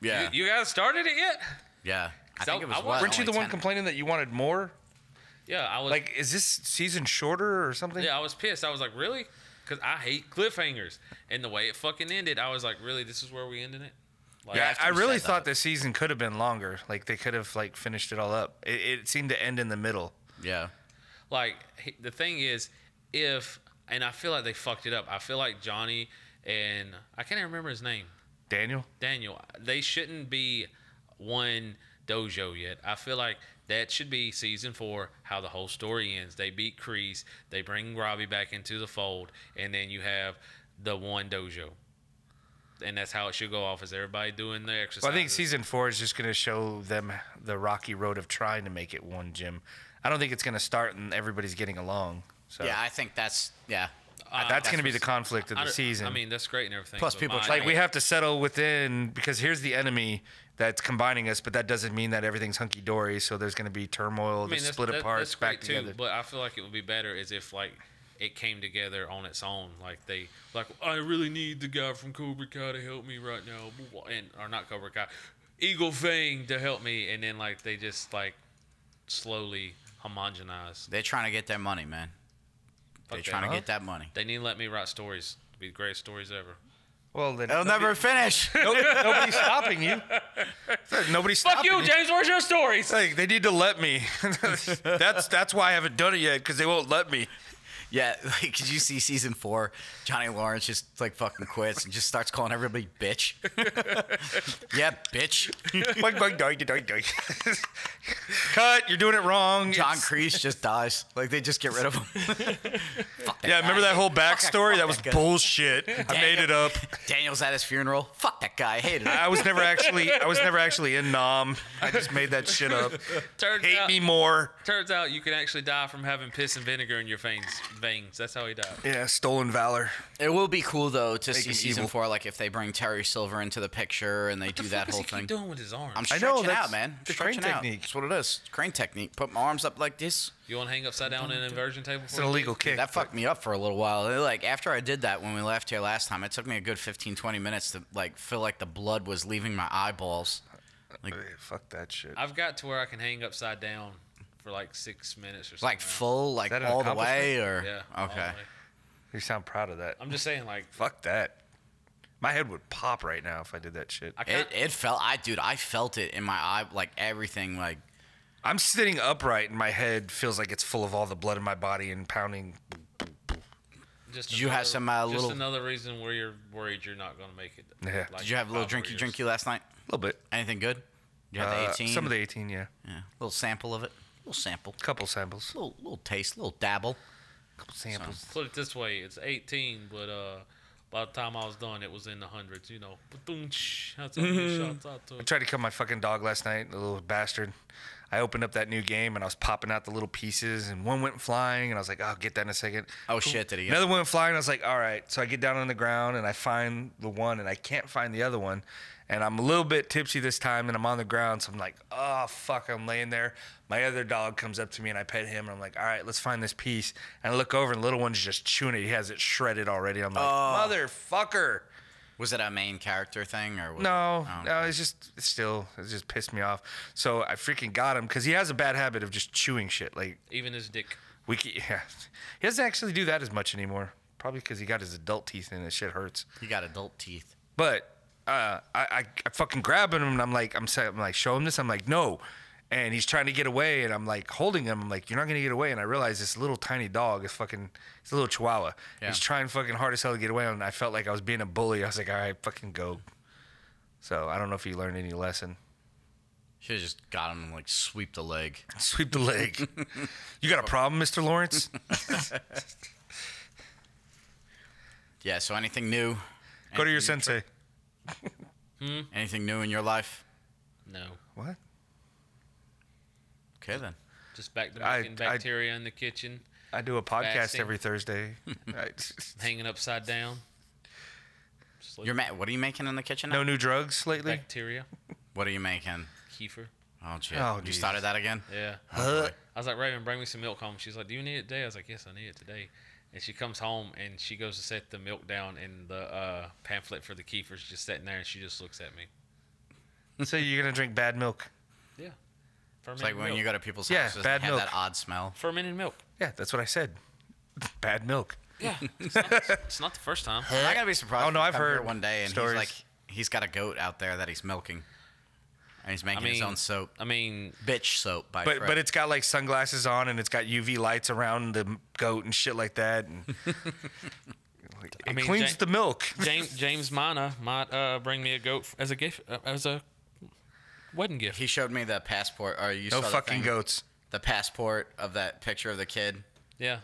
A: Yeah.
C: you, you guys started it yet?
A: Yeah, I
C: So,
A: think it was.
C: I want-
A: what,
B: weren't you the
A: only
B: one
A: 10
B: complaining that you wanted more?
C: Yeah, I was.
B: Like, is this season shorter or something?
C: yeah, I was pissed. I was like, "Really?" Because I hate cliffhangers, and the way it fucking ended, I was like, "Really? This is where we ending it?" Like,
B: Yeah,
A: after
B: I
A: you
B: really
A: said
B: thought
A: that.
B: this season could have been longer. Like they could have like finished it all up. It, it seemed to end in the middle.
A: Yeah,
C: like he- the thing is if and i feel like they fucked it up i feel like johnny and i can't even remember his name
B: Daniel,
C: daniel they shouldn't be one dojo yet i feel like that should be season four how the whole story ends they beat crease they bring robbie back into the fold and then you have the one dojo and that's how it should go off is everybody doing their exercise
B: well, I think season four is just going to show them the rocky road of trying to make it one gym. I don't think it's going to start and everybody's getting along. So
A: yeah, I think that's yeah. I think
B: that's going to be the
A: what's-
B: conflict of the season.
C: i mean that's great and everything
A: Plus
C: but
A: people
C: my-
A: try-
B: like we have to settle within because here's the enemy that's combining us, but that doesn't mean that everything's hunky dory. So there's going to be turmoil,
C: I mean,
B: there's
C: that's-
B: split
C: that-
B: apart,
C: that's
B: back
C: great too,
B: together.
C: But I feel like it would be better is if like it came together on its own. Like they, like I really need the guy from Cobra Kai to help me right now, and or not Cobra Kai, Eagle Fang to help me, and then like they just like slowly homogenize.
A: They're trying to get their money, man. They're
C: Fuck
A: trying to
C: that.
A: get that money.
B: [LAUGHS]
C: They need to let me write stories. It'd be the greatest stories ever.
B: Well, then
A: They'll never finish. [LAUGHS]
B: nobody, [LAUGHS] nobody's stopping you. Nobody's
C: Fuck
B: stopping
C: you, James. Where's your stories?
B: Like they need to let me. [LAUGHS] that's that's why I haven't done it yet because they won't let me. [LAUGHS]
A: Yeah, [LAUGHS] like did you see season four? Johnny Lawrence just like fucking quits and just starts calling everybody
B: [LAUGHS]
A: bitch. [LAUGHS] yeah, bitch.
B: Boink, boink, doink, doink, doink. [LAUGHS] Cut. You're doing it wrong.
A: John
B: It's-
A: Kreese just dies. Like they just get rid of him. Fuck that
B: yeah,
A: guy.
B: remember that whole backstory?
A: fuck
B: That was
A: that guy.
B: bullshit. I made it up.
A: Daniel's at his funeral. Fuck that guy. I hated him.
B: I was never actually. I was never actually in Nom. I just made that shit up.
C: Turns
B: Hate
C: out,
B: me more.
C: turns out you can actually die from having piss and vinegar in your veins. Veins. That's how he died.
B: Yeah, stolen valor.
A: [LAUGHS] It will be cool though to
B: Make
A: see
B: him
A: season
B: evil.
A: four, like if they bring Terry Silver into the picture and they do
C: What the
A: that
C: fuck does
A: whole
C: he keep
A: thing.
C: doing with his arms?
A: I'm
B: I know,
A: stretching out,
B: that's
A: man.
B: the crane
A: stretching out.
B: technique.
A: That's what it is. Crane technique. Put my arms up like this.
C: you want to hang upside down in an inversion table?
B: It's an illegal kick.
A: That fucked me up for a little while. And, Like after I did that when we left here last time, it took me a good 15, 20 minutes to like feel like the blood was leaving my eyeballs.
B: Eh, Fuck that shit.
C: I've got to where I can hang upside down for like six minutes or something.
A: Like
C: now.
A: full, like
B: that an Oh
A: all the way, or
C: Yeah. all the
A: okay.
C: way.
B: You sound proud of that.
C: I'm just saying, like,
B: Fuck that. My head would pop right now if I did that shit.
C: I
A: It
C: can't.
A: it felt I dude I felt it in my eye like everything like
B: I'm sitting upright and my head feels like it's full of all the blood in my body and pounding.
C: just
A: Did you have
C: another-
A: some, uh,
C: just
A: little-
C: another reason where you're worried you're not gonna make it.
B: Yeah.
C: like,
A: did you have a little
C: five more
A: drinky
C: years.
A: drinky last night
B: A little bit.
A: anything good you had the
B: Uh,
A: 18
B: Some of the 18, yeah.
A: yeah, little sample of it little sample
B: couple samples.
A: little little taste little dabble
B: couple samples.
C: Put it this way, it's 18, but uh, by the time I was done, it was in the hundreds. You know, Ba-doom-tsh. That's how many
A: Mm-hmm.
C: shots I
B: I
C: took.
B: tried to kill my fucking dog last night, the little bastard. I opened up that new game and I was popping out the little pieces and one went flying and I was like, I'll get that in a second.
A: oh shit did he get
B: Another one went flying. I was like, all right. So I get down on the ground and I find the one and I can't find the other one. And I'm a little bit tipsy this time and I'm on the ground. So I'm like, oh, fuck. I'm laying there. My other dog comes up to me and I pet him. And I'm like, all right, let's find this piece. And I look over and the little one's just chewing it. He has it shredded already. I'm like, motherfucker.
A: was it a main character thing or was
B: No,
A: it, oh,
B: no, it's just it's still, it just pissed me off. So I freaking got him because he has a bad habit of just chewing shit. Like,
C: Even his dick.
B: we can, [LAUGHS] yeah. He doesn't actually do that as much anymore. Probably because he got his adult teeth and it shit hurts.
A: you got adult teeth
B: But uh, I, I, I fucking grab him and I'm like, I'm, sa- I'm like, show him this. I'm like, no. And he's trying to get away and I'm like holding him. I'm like, you're not gonna get away. And I realize this little tiny dog is fucking, it's a little chihuahua.
A: Yeah.
B: He's trying fucking hard as hell to get away. And I felt like I was being a bully. I was like, all right, fucking go. So I don't know if he learned any lesson. [LAUGHS]
A: should have just got him and like sweep the leg
B: Sweep the leg. you got a problem, Mr. Lawrence?
A: yeah so anything new
B: Go to your
A: Anything-
B: sensei.
A: anything new in your life
C: No.
B: What?
A: okay then
C: Just back to
B: I-
C: making
B: I-
C: bacteria in the kitchen,
B: I do a podcast
C: Fasting.
B: every Thursday. I-
C: hanging upside down. Just like
A: You're ma- what are you making in the kitchen?
B: [LAUGHS] no
A: now?
B: new drugs lately.
C: bacteria,
A: What are you making?
C: kefir.
A: Oh, shit.
B: Oh,
A: you
B: Jesus. Uh,
A: started that again?
C: Yeah. I was like, Raven, bring me some milk home. She's like, Do you need it today? I was like, Yes, I need it today. And she comes home and she goes to set the milk down, and the uh, pamphlet for the kefirs just sitting there, and she just looks at
B: [LAUGHS]
C: me.
B: so you're gonna drink bad milk?
C: Yeah.
A: It's
C: Fermented
A: like when
C: milk.
A: you go to people's
B: Yeah,
A: houses,
B: bad
A: they have
B: milk.
A: that odd smell.
C: fermented milk.
B: Yeah, that's what I said. [LAUGHS] Bad milk.
C: [LAUGHS] Yeah. It's not, it's not the first time.
A: I'm not gonna be surprised.
B: Oh, no,
A: if you
B: I've
A: come here
B: heard
A: one day and
B: stories.
A: he's like, he's got a goat out there that he's milking, and he's making his
C: mean-
A: own soap,
C: I mean,
A: bitch soap. By
B: But
A: Fred.
B: but it's got like sunglasses on and it's got UV lights around the goat and shit like that. And Like, it
C: mean,
B: cleans
C: Jan-
B: the milk. [LAUGHS]
C: James James Mina might uh, bring me a goat f- as a gift uh, as a wedding gift.
A: he showed me the passport. Or you
B: No
A: saw
B: fucking
A: the thing,
B: goats.
A: The passport of that picture of the kid.
C: yeah.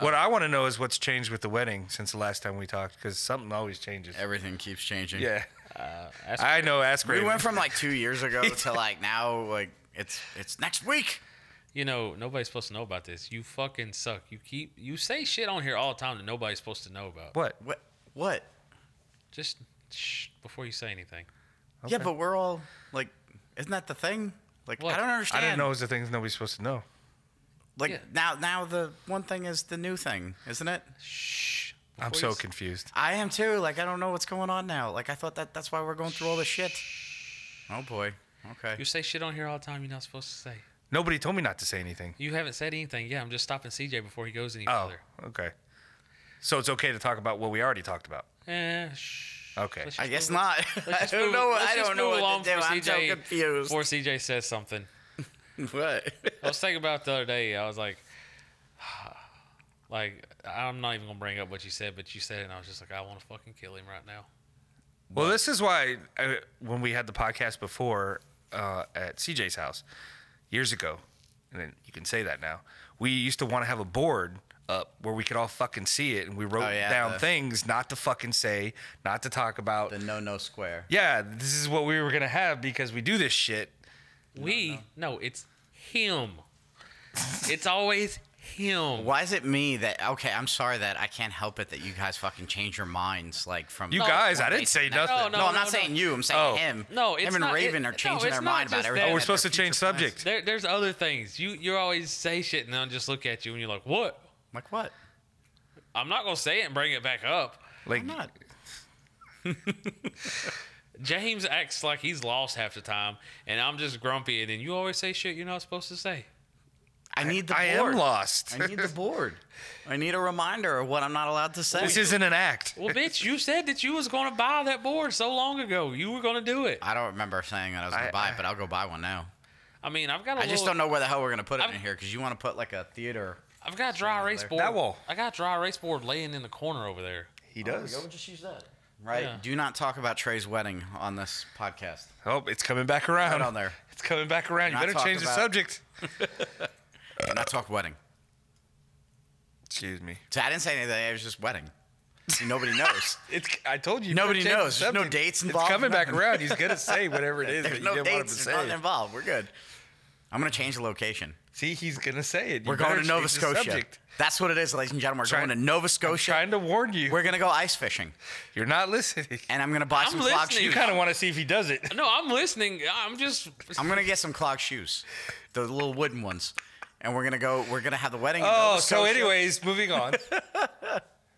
B: What I want to know is what's changed with the wedding since the last time we talked, because something always changes.
A: Everything keeps changing.
B: [LAUGHS] Yeah,
C: Ask-
B: I know. Ask
A: we
B: Raven.
A: went from like two years
B: [LAUGHS]
A: ago to like now, like it's it's next week.
C: you know, nobody's supposed to know about this. You fucking suck. You keep you say shit on here all the time that nobody's supposed to know about.
B: what?
A: What what?
C: Just shh before you say anything.
A: Yeah, but we're all like, isn't that the thing? Like
C: What?
A: I don't
C: I
A: understand.
B: I didn't know it was the things nobody's supposed to know.
A: Like
C: Yeah.
A: now now the one thing is the new thing, isn't it?
C: Shh.
B: I'm
C: before
B: so
C: you say-
B: confused.
A: I am too. Like I don't know what's going on now. Like I thought that that's why we're going through all this shit. Oh boy. Okay.
C: You say shit on here all the time. You're not supposed to say.
B: Nobody told me not to say anything.
C: You haven't said anything. Yeah, I'm just stopping CJ before he goes any
B: Oh,
C: further.
B: okay. So it's okay to talk about what we already talked about.
C: Eh, shh.
B: Okay.
C: Let's
A: I
C: just
A: guess
C: move-
A: not. [LAUGHS]
C: let's
A: I
C: just
A: don't
C: move-
A: know.
C: let's
A: I don't
C: just move
A: know
C: along
A: what to do.
C: before
A: I'm so
C: CJ
A: confused.
C: Before CJ says something.
A: [LAUGHS] What?
C: I was thinking about it the other day. I was like, [SIGHS] like I'm not even gonna bring up what you said, but you said it, and I was just like, I want to fucking kill him right now.
B: Well, this is why uh when we had the podcast before uh, at CJ's house years ago, and then you can say that now. We used to want to have a board up where we could all fucking see it, and we wrote
A: Oh, yeah,
B: down
A: the-
B: things not to fucking say, not to talk about.
A: The no no square.
B: yeah, this is what we were gonna have because we do this shit.
C: we no. it's him.
A: [LAUGHS]
C: it's always him.
A: Why is it me that? Okay, I'm sorry that I can't help it that you guys fucking change your minds. Like from
B: You guys, I
A: when they
B: didn't say
A: said that.
B: nothing.
A: No,
C: No,
A: I'm not
C: no,
A: saying
C: no.
A: you. I'm saying
B: Oh.
A: him.
C: No, it's
A: him and
C: not-
A: Raven
C: it-
A: are
C: no,
A: changing
C: it's
A: their
C: not
A: mind about
C: just
A: everything.
B: Oh,
C: that. Yeah,
B: we're
A: that
B: supposed to
A: their
B: change
A: future plans-
B: subject.
C: There, there's other things. You you always say shit, and I'll just look at you, and you're like, what?
A: Like what?
C: I'm not gonna say it and bring it back up.
B: Like,
A: I'm not.
C: James acts like he's lost half the time, and I'm just grumpy, and then you always say shit you're not supposed to say.
A: I need the
B: I
A: board.
B: am lost.
A: I need the board. I need a reminder of what I'm not allowed to say.
B: [LAUGHS] This isn't an act.
A: [LAUGHS]
C: Well, bitch, you said that you was gonna buy that board so long ago. You were gonna do it.
A: I don't remember saying that I was gonna
B: I-
A: buy it,
B: I-
A: but I'll go buy one now.
C: I mean, I've got a
A: I just
C: little-
A: don't know where the hell we're gonna put it
C: I've-
A: in here because you want to put like a theater.
C: I've got a dry erase
A: there.
C: board.
B: That wall.
C: I got a dry erase board laying in the corner over there.
B: He
A: just use that. Right.
C: Yeah.
A: Do not talk about Trey's wedding on this podcast.
B: Oh, it's coming back around.
A: Put it on there.
B: [LAUGHS] It's coming back around. You
A: Not
B: better
A: talk
B: change the
A: about-
B: subject.
A: Do not talk wedding.
B: Excuse me.
A: So I didn't say anything. It was just wedding. See,
B: [LAUGHS]
A: nobody knows.
B: It's. I told you. you.
A: Nobody
B: better change
A: knows.
B: the
A: There's no
B: subject.
A: dates
B: It's
A: involved,
B: coming
A: [LAUGHS]
B: back
A: nothing.
B: around. He's gonna say whatever it is that
A: There's
B: you
A: no
B: didn't want him to
A: dates. There's nothing
B: say.
A: involved. We're good. I'm gonna change the location.
B: See, he's gonna say it. You
A: We're going
B: better
A: to Nova
B: change the
A: Scotia.
B: subject.
A: That's what it is, ladies and gentlemen. We're
B: Trying-
A: going to Nova
B: I'm
A: Scotia.
B: trying to warn you.
A: We're gonna go ice fishing,
B: You're not listening.
A: and I'm gonna buy
C: I'm
A: some clog
C: listening. You
A: shoes.
B: Kind of want to see if he does it.
C: No, I'm listening. I'm just.
A: I'm gonna get some clog shoes, the little wooden ones, and we're gonna go. We're gonna have the wedding. in
B: Oh,
A: Nova
B: so
A: Scotia.
B: anyways, moving on.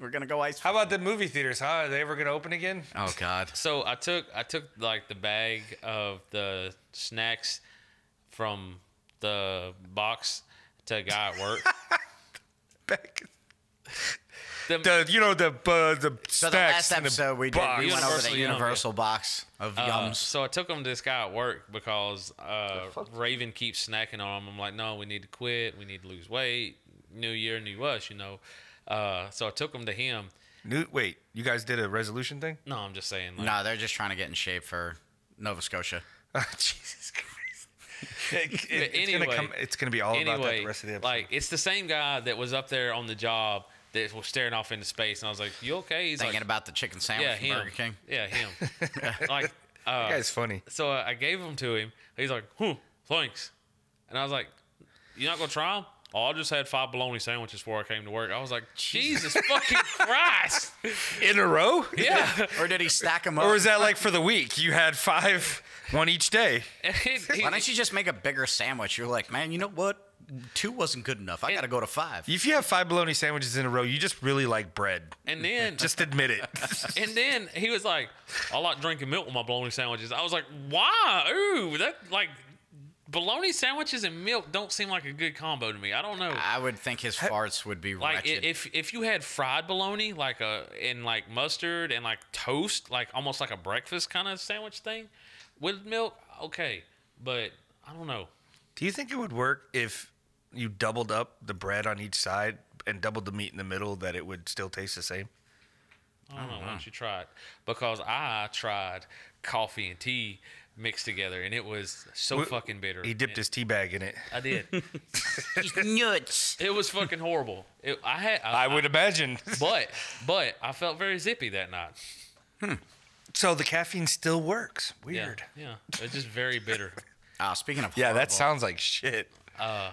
A: we're gonna go ice.
B: How about the movie theaters? Huh? Are they ever gonna open again?
A: Oh God.
C: So I took I took like the bag of the snacks from the box to a guy at
B: [LAUGHS]
C: work.
B: Back.
C: The-
B: The you know the uh, the
A: So the
B: snacks
A: last
B: in the
A: episode we did, we went over the
C: Universal Yum, yeah.
A: universal box of
C: Uh,
A: yums.
C: so I took him to this guy at work because uh, Raven keeps snacking on him. I'm like, no, we need to quit. We need to lose weight. New year, new us, you know. Uh, so I took him to him.
B: New, wait, you guys did a resolution thing?
C: No, I'm just saying. Like,
A: No, they're just trying to get in shape for Nova Scotia.
B: [LAUGHS] Oh, Jesus Christ. It- it-
C: But
B: it's gonna
C: anyway-
B: come. It's gonna be all about that
C: anyway,
B: the rest of the episode.
C: like it's the same guy that was up there on the job that was staring off into space, and I was like, "You okay?" He's
A: Thinking
C: like,
A: about the chicken sandwich
C: "Yeah,
A: from
C: him.
A: Burger King. [LAUGHS]
C: Yeah, him." [LAUGHS] like, uh,
B: that guy's funny.
C: so I gave him to him. He's like, "Hmm, thanks," and I was like, You're not gonna try them? Oh, I just had five bologna sandwiches before I came to work. I was like, Jesus
A: [LAUGHS]
C: fucking Christ!
B: in a row?
C: Yeah,
A: Or did he stack them up?
B: [LAUGHS] Or was that like for the week? You had five, one each day.
C: And he-
A: Why don't you just make a bigger sandwich? You're like, man, you know what? Two wasn't good enough. I got to go to five.
B: If you have five bologna sandwiches in a row, you just really like bread.
C: and then
B: Just admit it. [LAUGHS]
C: and then he was like, I like drinking milk with my bologna sandwiches. I was like, Why? Ooh, that like bologna sandwiches and milk don't seem like a good combo to me. I don't know.
A: I would think his farts would be
C: like i-
A: wretched.
C: if if you had fried bologna, like a and like mustard and like toast, like almost like a breakfast kind of sandwich thing, with milk, okay. But I don't know.
B: Do you think it would work if you doubled up the bread on each side and doubled the meat in the middle that it would still taste the same?
C: I don't know.
B: Mm-hmm.
C: Why don't you try it? Because I tried coffee and tea mixed together, and it was so fucking bitter.
B: He dipped his tea bag in it.
C: I did.
B: [LAUGHS]
A: [LAUGHS] He's nuts.
C: it was fucking horrible. It, I had.
B: I would imagine.
C: but but I felt very zippy that night.
B: So the caffeine still works.
C: Yeah,
B: Weird.
C: yeah. It's just very
B: [LAUGHS]
C: bitter.
A: Ah, speaking of
B: Yeah, that
A: horrible-
B: sounds like shit. Uh,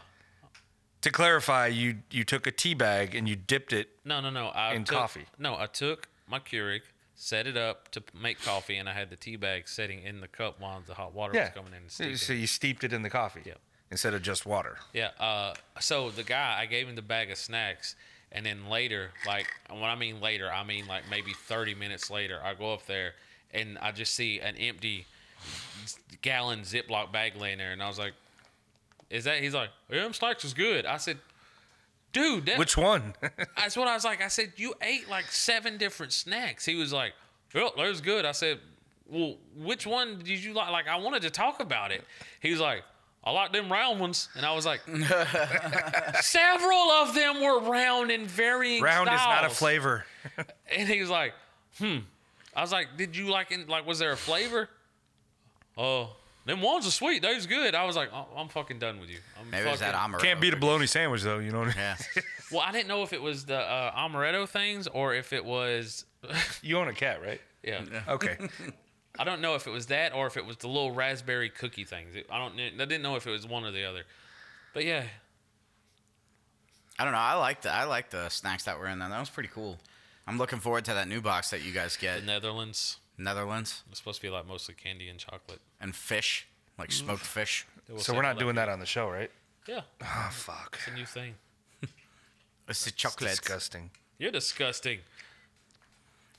B: to clarify, you you took a tea bag and you dipped it.
C: No, no, no. I
B: And
C: took,
B: coffee.
C: No, I took my Keurig, set it up to p- make coffee, and I had the tea bag setting in the cup while the hot water
B: Yeah.
C: was coming in. And
B: so,
C: steeping.
B: so you steeped it in the coffee.
C: Yep.
B: Instead of just water.
C: Yeah. Uh, so the guy, I gave him the bag of snacks, and then later, like when I mean later, I mean like maybe 30 minutes later, I go up there and I just see an empty gallon Ziploc bag laying there, and I was like, "Is that?" He's like, "Yeah, them snacks is good." I said. Dude, that,
B: Which [LAUGHS] one?
C: that's what I was like. I said, you ate like seven different snacks. He was like, well, that was good. I said, well, which one did you like? Like, I wanted to talk about it. He was like, I like them round ones. And I
A: [LAUGHS]
C: was like, several of them were round and varying
B: Round is not a
C: styles."
B: flavor.
C: And he was like, hmm. I was like, did you like it? Like, was there a flavor? Oh, them ones are sweet. Those good. I was like, "Oh, I'm fucking done with you. I'm
A: Maybe it's that
C: fucking-
A: amaretto.
B: Can't beat a bologna sandwich though, you know.
A: Yeah.
C: Well, I didn't know if it was the uh, amaretto things or if it was,
B: You own a cat, [LAUGHS] right?
C: yeah.
B: Okay.
C: I don't know if it was that or if it was the little raspberry cookie things. It- I don't. kn- I didn't know if it was one or the other. But yeah,
A: I don't know. I like the I like the snacks that were in there. That was pretty cool. I'm looking forward to that new box that you guys get.
C: the Netherlands
A: Netherlands
C: it's supposed to be like mostly candy and chocolate.
A: and fish, like smoked fish.
C: They will
B: so
C: sell
B: we're
C: it
B: not
C: like-
B: doing that on the show, right?
C: Yeah,
B: Oh fuck.
C: a new thing.
A: It's the
B: It's
A: chocolate.
B: disgusting.
C: You're disgusting.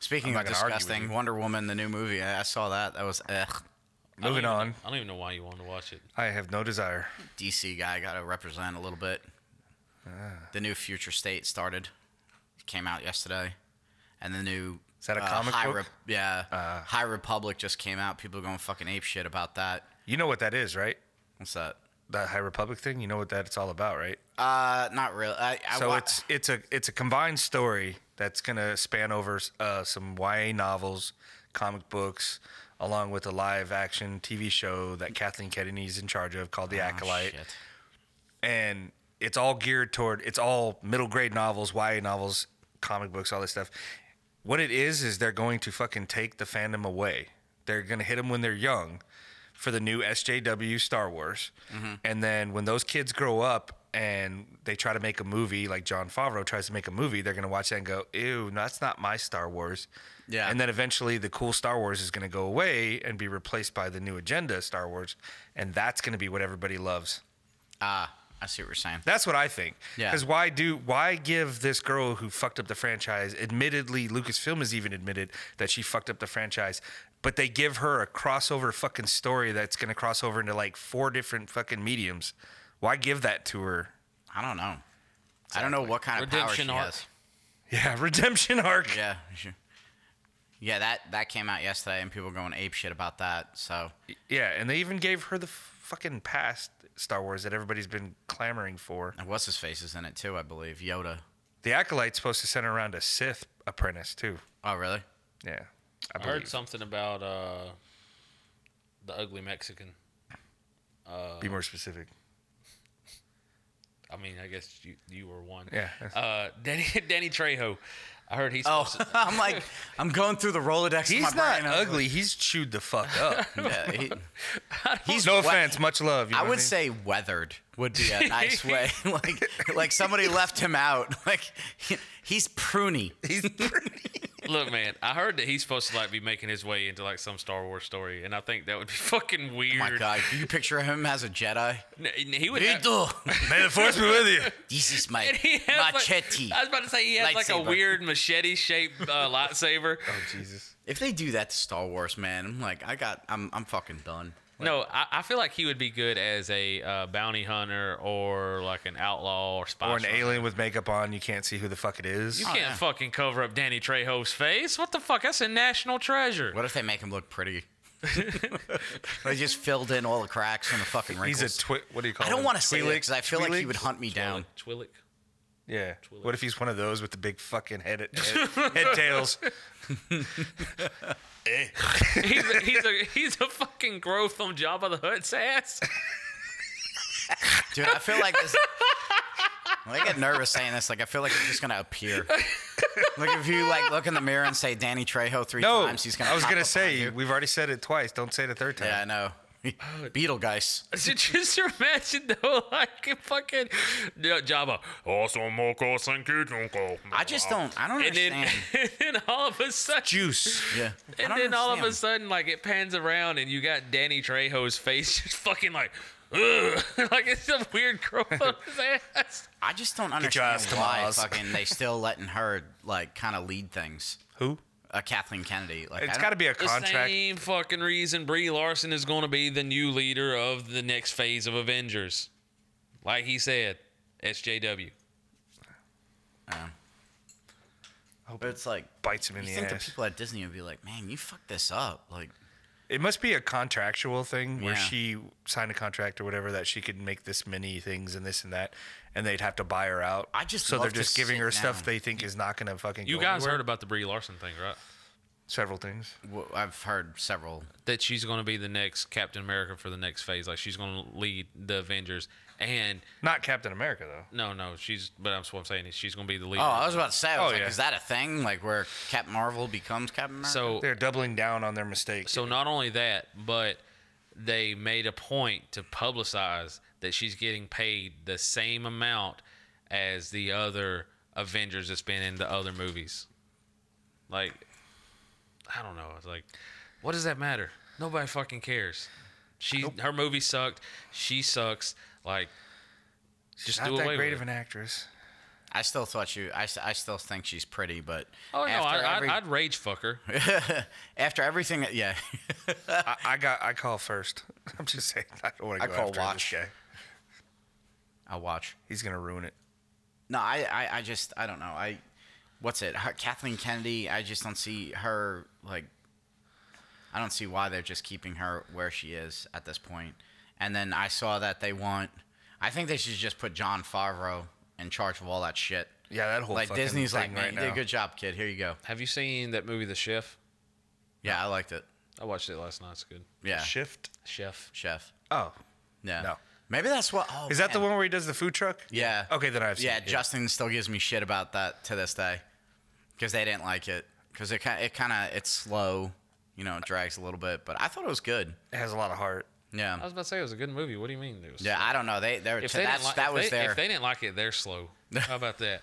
A: Speaking
B: I'm
A: of
B: not gonna argue with
A: disgusting,
B: you.
A: Wonder Woman, the new movie. I I saw that. That was ugh.
C: I don't
B: Moving
C: even-
B: on.
C: I don't even know why you wanted to watch it.
B: I have no desire.
A: DC guy got to represent a little bit.
B: Ah.
A: The new Future State started, came out yesterday, and the new uh,
B: Is that a comic
A: High
B: book? Ah.
A: Rep- yeah, High Republic just came out. People are going fucking ape shit about that.
B: You know what that is, right?
A: What's that?
B: That High Republic thing. You know what that's all about, right?
A: Uh, not real. I, I
B: so
A: wa-
B: it's it's a it's a combined story that's gonna span over uh, some YA novels, comic books, along with a live action TV show that Kathleen Kennedy's in charge of called The
A: Oh,
B: Acolyte,
A: shit.
B: and it's all geared toward it's all middle grade novels, YA novels, comic books, all this stuff. What it is is they're going to fucking take the fandom away. They're gonna hit them when they're young, for the new SJW Star Wars. And then when those kids grow up and they try to make a movie, like John Favreau tries to make a movie, they're going to watch that and go, ew, no, that's not my Star Wars.
A: Yeah.
B: And then eventually the cool Star Wars is going to go away and be replaced by the new agenda Star Wars. And that's going to be what everybody loves.
A: Ah, I see what you're saying.
B: That's what I think.
A: Yeah.
B: Because why do why give this girl who fucked up the franchise? Admittedly, Lucasfilm has even admitted that she fucked up the franchise, but they give her a crossover fucking story that's gonna cross over into like four different fucking mediums. Why give that to her? [LAUGHS]
A: I don't know. I don't know what kind of
C: Redemption
A: power she
C: arc.
A: has.
B: Yeah, redemption arc.
A: Yeah. Yeah, that that came out yesterday, and people were going ape shit about that. So
B: Yeah, and they even gave her the fucking past Star Wars that everybody's been clamoring for.
A: and what's his face is in it too, I believe. Yoda.
B: The acolyte's supposed to center around a Sith apprentice too.
A: Oh, really?
B: Yeah, I
C: I
B: believe.
C: heard something about uh, the ugly Mexican.
A: Uh,
B: Be more specific.
C: I'm mean, I guess you, you were one.
B: Yeah.
C: Uh, Danny [LAUGHS] Danny Trejo, I heard he's
A: Oh,
C: supposed
A: [LAUGHS]
C: to,
A: I'm like, I'm going through the Rolodex. in my
B: He's not
A: brain. I'm
B: ugly. He's chewed the fuck up.
A: like, yeah,
C: [LAUGHS]
A: he- [LAUGHS]
B: He's no
A: wet.
B: offense, much love. You know
A: I
B: what
A: would
B: mean?
A: say weathered would be a
C: [LAUGHS]
A: nice way. [LAUGHS] like, like somebody left him out. [LAUGHS] Like, he- he's pruny.
B: he's pretty.
C: look, man. I heard that he's supposed to like be making his way into like some Star Wars story, and I think that would be [LAUGHS] fucking weird.
A: Oh my God, can you picture him as a Jedi?
C: N- n- He would.
A: Me
C: have-
A: too.
B: May the force be with you.
A: [LAUGHS] This is my
C: and [LAUGHS] he has, like-
A: machete.
C: I was about to say he has like a
A: Lightsaber.
C: weird machete shaped
A: [LAUGHS]
C: uh, lightsaber.
B: Oh Jesus.
A: if they do that to Star Wars, man, I'm like, I got, I'm, I'm fucking done.
C: No, I, I feel like he would be good as a uh, bounty hunter or like an outlaw or spy.
B: Or an
C: runner.
B: alien with makeup on, you can't see who the fuck it is.
C: You can't
A: Oh, yeah.
C: fucking cover up Danny Trejo's face. What the fuck? That's a national treasure.
A: What if they make him look
B: [LAUGHS]
A: pretty? they just filled in all the cracks and the fucking wrinkles.
B: He's a twit. What do you call?
A: I don't
B: him?
A: want to say that
B: Twi'lek?
A: because I feel like he
B: Twi'lek?
A: would hunt me down.
C: Twillick.
B: Yeah. What if he's one of those with the big
A: [LAUGHS]
B: fucking head head, head tails?
C: He's
A: [LAUGHS]
C: a, he's a he's a fucking growth on Jabba the
A: [LAUGHS]
C: Hutt's ass.
A: Dude, I feel like
B: [LAUGHS]
A: this. When I get nervous saying this. Like, I feel like it's just gonna appear. like, if you like look in the mirror and say Danny Trejo three
B: No,
A: times, he's gonna.
B: I was
A: pop
B: gonna
A: up
B: say
A: on you.
B: we've already said it twice. Don't say it a third time.
A: Yeah, I know.
B: Oh,
A: [LAUGHS] Beetle guys.
C: Just imagine though, [LAUGHS] like a fucking yeah, Jabba.
A: I just don't. I don't
C: And then, [LAUGHS]
A: understand.
B: [LAUGHS]
C: and then all of a sudden,
B: Juice.
A: yeah. I
C: and then
A: don't
C: all of a
A: understand.
C: sudden, like it pans around, and you got Danny Trejo's face [LAUGHS] just fucking like, Ugh. [LAUGHS] like it's a weird growth on his
A: [LAUGHS]
C: ass.
A: I just don't
B: your
A: understand
B: ass to
A: why
B: Mars.
A: fucking they still letting her like kind of lead things.
B: Who?
A: Uh, Kathleen Kennedy. Like,
B: It's got to be a
C: The
B: contract.
C: same fucking reason Brie Larson is going to be the new leader of the next phase of Avengers. Like he said, SJW.
A: But it's like
B: Bites him in
A: you
B: the
A: think
B: ass.
A: the people at Disney would be like, man, you fucked this up. Like,
B: It must be a contractual thing where
A: Yeah.
B: she signed a contract or whatever that she could make this many things and this and that, and they'd have to buy her out.
A: I just
B: so they're
A: love to
B: just giving
A: sit
B: her stuff
A: down.
B: they think is not gonna fucking.
C: You
B: go
C: guys
B: anywhere.
C: heard about the Brie Larson thing, right?
B: several things.
A: w- I've heard several.
C: That she's going to be the next Captain America for the next phase. Like she's going to lead the Avengers. And
B: Not Captain America though.
C: no, no, she's. But that's what I'm saying is she's going to be the leader.
A: Oh, I was about to say, I was
B: Oh,
A: like,
B: yeah.
A: is that a thing? Like where Captain Marvel becomes Captain America?
C: so
B: They're doubling down on their mistakes.
C: So not only that, but they made a point to publicize that she's getting paid the same amount as the other Avengers that's been in the other movies. Like, I don't know. It's like, what does that matter? Nobody fucking cares. She her movie sucked. She sucks. Like, just
B: not
C: do
B: that
C: away
B: great
C: with
B: of
C: it.
B: an actress.
A: I still thought you. I, s- I still think she's pretty, but
C: Oh no,
A: after,
C: I,
A: every-
C: I, I'd rage fuck her.
A: [LAUGHS] after everything, that- yeah, [LAUGHS]
B: I, I got. I call first. [LAUGHS] I'm just saying. I don't want
A: I
B: to go
A: call
B: after
A: watch.
B: this guy.
A: I'll watch.
B: He's gonna ruin it.
A: No, I, I, I just, I don't know. I, what's it? Her, Kathleen Kennedy. I just don't see her like. I don't see why they're just keeping her where she is at this point. And then I saw that they want. I think they should just put John Favreau in charge of all that shit.
B: Yeah, that whole
A: like
B: fucking
A: Disney's like,
B: thing
A: man,
B: right
A: you did
B: now.
A: a good job, kid. Here you go.
C: Have you seen that movie, The Chef?
A: Yeah, I liked it.
C: I watched it last night. It's good.
A: Yeah,
B: shift.
C: Chef.
A: chef.
B: Oh,
A: Yeah.
B: No.
A: Maybe that's what. Oh,
B: is that the
A: man.
B: one where he does the food truck?
A: Yeah.
B: Okay, then I've seen
A: Yeah,
B: it, yeah.
A: Justin still gives me shit about that to this day because they didn't like it because it kind it kind of it's slow, you know, it drags a little bit, but I thought it was good.
B: It has a lot of heart.
C: I
A: Yeah.
C: was about to say it was a good movie. What do you mean? It was
A: Yeah, I don't know. They they were
C: If
A: t-
C: they
A: that's
C: didn't like,
A: that
C: if
A: was
C: they,
A: their
C: If they didn't like it, they're [LAUGHS] slow. How about that?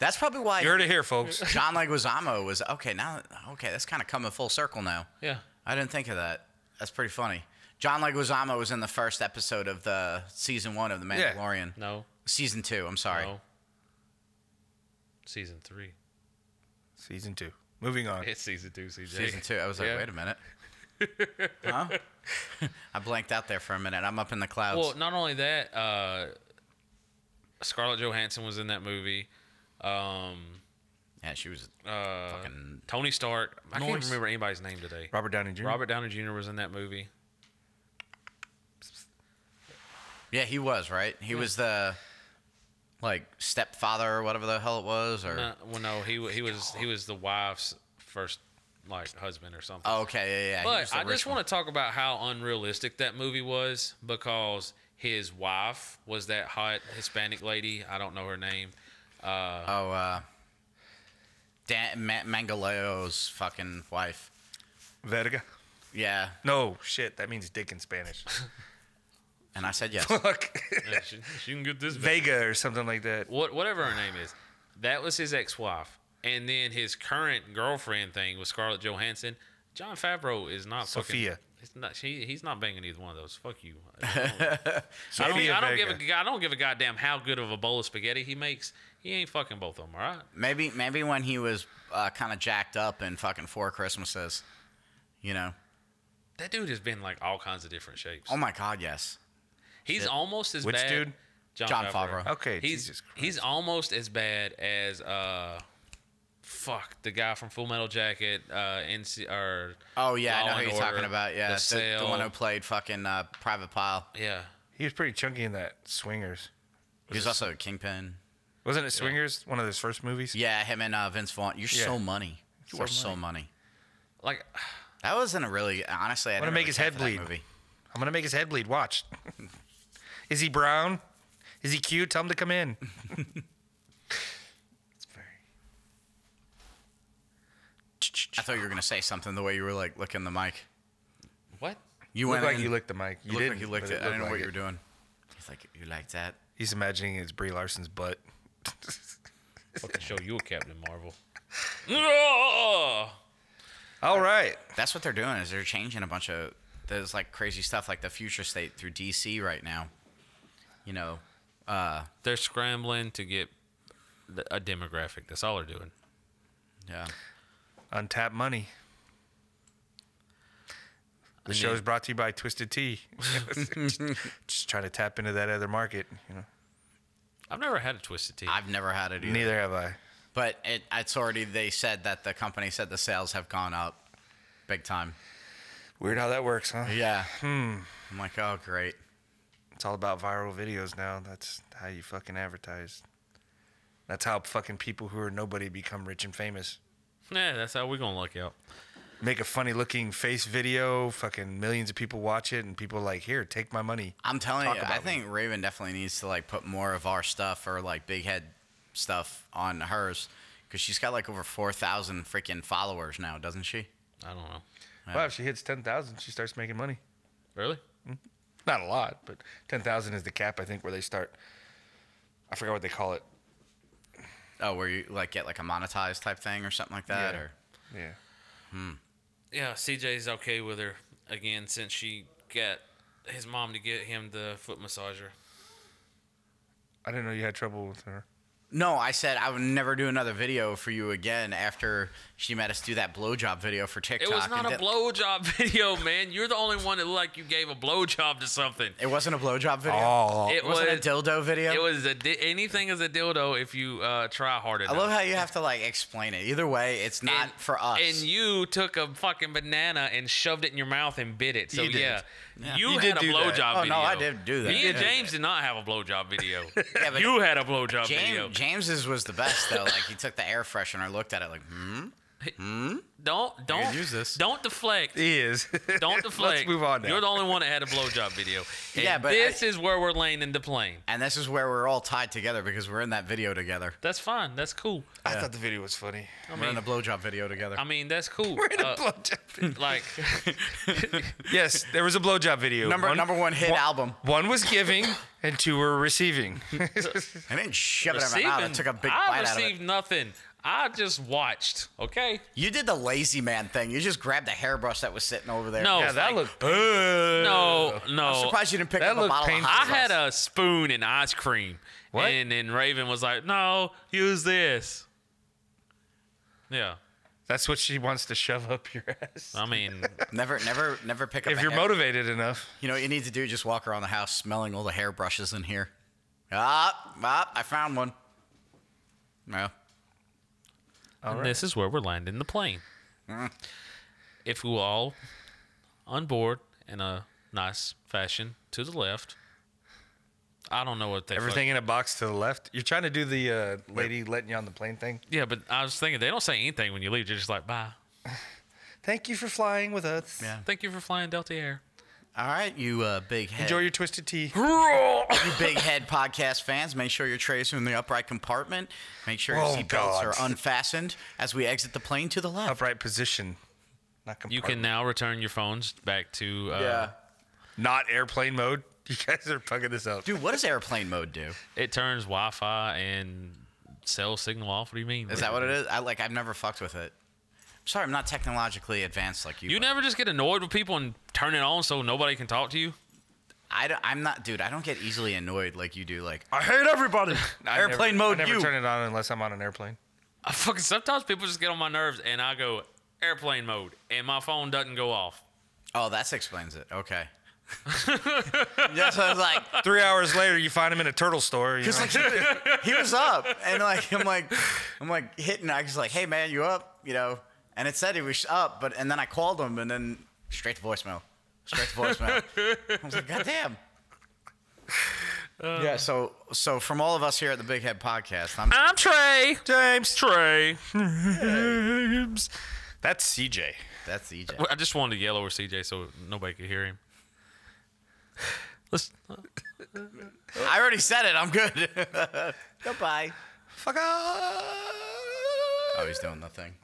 A: that's probably why
B: You heard it here, folks.
A: John Leguizamo was okay. Now okay, that's kind of coming full circle now.
C: Yeah.
A: I didn't think of that. That's pretty funny. John Leguizamo was in the first episode of the season one of The
B: Yeah.
A: Mandalorian.
C: No.
A: Season two. I'm sorry.
C: No. Season three. [LAUGHS]
B: Season two. Moving on.
C: It's season two, CJ.
A: Season two. I was like,
C: Yeah.
A: wait a minute. huh? [LAUGHS] I blanked out there for a minute. I'm up in the clouds.
C: Well, not only that, uh, Scarlett Johansson was in that movie. Um,
A: yeah, she was
C: uh,
A: fucking.
C: Tony Stark. I can't
B: Nice.
C: even remember anybody's name today.
B: Robert Downey Jr.
C: Robert Downey Jr. was in that movie.
A: Yeah, he was right. He was the like stepfather or whatever the hell it was. Or
C: Uh, well, no, he wa- he was he was the wife's first like husband or something.
A: oh, okay, yeah, yeah. he was
C: But
A: the
C: I
A: rich
C: just
A: one.
C: want to talk about how unrealistic that movie was because His wife was that hot Hispanic lady. I don't know her name. Uh,
A: Oh, uh, Dan Ma- Mangaleo's fucking wife.
B: Verga.
A: Yeah,
B: No shit, that means dick in Spanish.
A: and I said
C: [LAUGHS]
A: yes.
B: Fuck.
C: she, she can get this. back.
B: Vega or something like that.
C: what whatever her name is. That was his ex-wife, and then his current girlfriend thing was Scarlett Johansson. John Favreau is not
B: Sophia.
C: Fucking, it's not she. He's not banging either one of those. Fuck you. I don't, I don't, I don't give a. g- I don't give a goddamn how good of a bowl of spaghetti he makes. He ain't fucking both of them. All right.
A: Maybe maybe when he was uh, kind of jacked up in fucking Four Christmases, you know.
C: That dude has been like all kinds of different shapes.
A: Oh my God, yes.
C: he's almost as
B: Which
C: bad.
B: dude?
C: John,
A: Jon
C: Favreau.
A: Favreau.
B: Okay,
C: He's
B: Jesus Christ.
C: he's almost as bad as uh, fuck the guy from Full Metal Jacket. Uh, NC or
A: Oh yeah, I
C: Law
A: know who
C: and
A: you're talking
C: Order,
A: about. Yeah,
C: the,
A: the, the
C: Cell.
A: one who played fucking uh, Private Pile.
C: Yeah.
B: He was pretty chunky in that Swingers.
A: He was also a kingpin.
B: Wasn't it Swingers? One of his first movies.
A: Yeah, him and uh, Vince Vaughn. You're
B: Yeah.
A: so money. You
B: So
A: are so money.
C: Like [SIGHS]
A: That wasn't a really honestly. I
B: Wanna
A: didn't
B: make
A: really
B: his
A: care
B: head
A: for that
B: bleed.
A: Movie.
B: I'm gonna make his head bleed. Watch. Is he brown? Is he cute? Tell him to come in. it's
A: I
B: very.
A: thought you were gonna say something the way you were like licking the mic.
C: what?
A: You
B: You
A: went
B: looked like
A: in,
B: you licked the mic.
A: You
B: You
A: looked
B: didn't.
A: like you licked
B: but
A: it. I didn't know
B: looked
A: what
B: like
A: you were
B: it.
A: doing. He's like, you like that?
B: He's imagining it's Brie Larson's butt.
C: Fucking show you a Captain
B: [LAUGHS]
C: Marvel. Ugh.
B: All right.
A: That's what they're doing. Is they're changing a bunch of there's like crazy stuff like the future state through DC right now. You know,
C: They're scrambling to get th- a demographic. That's all they're doing.
A: yeah.
B: Untap money. The
C: And
B: show
C: then-
B: is brought to you by Twisted Tea. [LAUGHS] just, just trying to tap into that other market. You know.
C: I've never had a twisted tea.
A: I've never had it either.
B: Neither have I.
A: But it, it's already they said that the company said the sales have gone up big time.
B: Weird how that works, huh?
A: Yeah. Hmm. I'm like, oh great.
B: It's all about viral videos now. That's how you fucking advertise. That's how fucking people who are nobody become rich and famous.
C: yeah, that's how we're gonna luck out.
B: Make a funny looking face video, fucking millions of people watch it, and people are like, here, take my money.
A: I'm telling
B: Talk
A: you,
B: about
A: I think Raven definitely needs to like put more of our stuff or like big head stuff on hers because she's got like over four thousand freaking followers now, doesn't she?
C: I don't know.
B: Wow, if she hits 10,000, she starts making money.
C: Really?
B: Not a lot, but 10,000 is the cap, I think, where they start. I forgot what they call it.
A: Oh, where you like get like a monetized type thing or something like that,
B: Yeah.
A: or
B: Yeah.
C: Yeah, CJ's okay with her again since she got his mom to get him the foot massager.
B: I didn't know you had trouble with her.
A: no? I said I would never do another video for you again after she made us do that blowjob video for TikTok.
C: It was
A: and
C: not a
A: did-
C: blowjob [LAUGHS] video, man. You're the only one that looked like you gave a blowjob to something.
A: It wasn't a blowjob video.
B: Oh,
C: It
A: it wasn't
C: was.
A: a dildo video.
C: It was a di- anything is a dildo if you uh, try hard enough.
A: I love how you have to like explain it. Either way, it's not
C: And-
A: for us.
C: And you took a fucking banana and shoved it in your mouth and bit it. So
A: You did.
C: yeah,
A: Yeah.
C: you,
A: You
C: had
A: did
C: a
A: do that.
C: blowjob
A: Oh,
C: video.
A: no, I did do that.
C: Me
A: You
C: and
A: did
C: James did not have a blowjob video.
A: [LAUGHS] Yeah, but-
C: you had a blowjob video.
A: James, James's was the best though. Like he took the air freshener, looked at it like, hmm.
C: Don't don't
A: use this.
C: Don't deflect.
B: He is. [LAUGHS]
A: [LAUGHS]
C: Don't deflect.
B: Let's move on now.
C: You're the only one that had a blowjob video. And
A: Yeah, but
C: this is where we're laying in the plane.
A: And this is where we're all tied together because we're in that video together.
C: That's fine. That's cool.
B: I thought the video was
C: [LAUGHS]
B: funny.
A: we're in a blowjob video together.
C: I mean, that's cool.
B: We're in a
C: Uh,
B: blowjob
C: [LAUGHS]
A: [LAUGHS]
B: video.
C: like
B: Yes, there was a blowjob video.
A: number number one hit album.
B: One was giving, and two were receiving.
C: [LAUGHS] Oh,
A: I didn't shove it in my
C: receiving.
A: mouth. I took a big
C: I
A: bite out of
C: received
A: it.
C: nothing. I just watched. Okay.
A: You did the lazy man thing. You just grabbed a hairbrush that was sitting over there.
C: No.
B: yeah, that
C: like-
B: looked.
C: No, no.
A: Uh, I'm surprised you didn't pick
B: That
A: up a
B: looked
A: bottle
B: painful.
A: of
C: I
A: hot sauce.
C: had a spoon and ice cream.
B: What?
C: And then Raven was like, no, use this. Yeah.
B: That's what she wants to shove up your ass.
C: I mean,
A: never, never, never pick up.
B: if
A: a
B: you're
A: hair-
B: motivated enough,
A: you know what you need to do? Just walk around the house smelling all the hairbrushes in here. Ah, ah, I found one. No.
C: and this is where we're landing the plane.
A: Mm.
C: If we were all on board in a nice fashion to the left, I don't know what they fuck-
B: everything in a box to the left. You're trying to do the uh, lady letting you on the plane thing.
C: Yeah, but I was thinking they don't say anything when you leave. They're just like, bye.
B: Thank you for flying with us.
A: Yeah.
C: Thank you for flying Delta Air.
A: All right, you uh, big head.
B: Enjoy your twisted tea.
A: you big head podcast fans, make sure your trays are in the upright compartment. Make sure your
B: Oh,
A: seatbelts
B: God.
A: are unfastened as we exit the plane to the left.
B: Upright position. Not
C: You can now return your phones back to. Uh,
B: not airplane mode. [LAUGHS] You guys are fucking this up.
A: Dude, what does airplane mode do?
C: It turns Wi-Fi and cell signal off. What do you mean?
A: Is that what it is? I like I've never fucked with it. Sorry, I'm not technologically advanced like you.
C: You
A: but
C: never just get annoyed with people and turn it on so nobody can talk to you.
A: I don't, I'm not, dude. I don't get easily annoyed like you do. Like
B: I hate everybody.
A: Airplane
B: never,
A: mode,
B: [LAUGHS] I never
A: you.
B: turn it on unless I'm on an airplane. [LAUGHS]
C: I fucking sometimes people just get on my nerves and I go airplane mode and my phone doesn't go off.
A: Oh, that explains it. [LAUGHS] Okay. That's what I was [LAUGHS] like.
B: Three hours later, you find him in a turtle store. You know?
A: It's like he, he was up, and like I'm like I'm like hitting. I was like, "Hey man, you up?" You know, and it said he was up, but and then I called him, and then straight to voicemail, straight to voicemail. I was like, "God damn." yeah. So so from all of us here at the Big Head Podcast, I'm
C: I'm Trey.
B: James.
C: Trey.
B: James. That's CJ.
A: that's EJ.
C: I just wanted to yell over CJ so nobody could hear him. Let's.
A: I already said it. I'm [LAUGHS] good. Goodbye.
B: Fuck off.
A: Oh, he's doing nothing.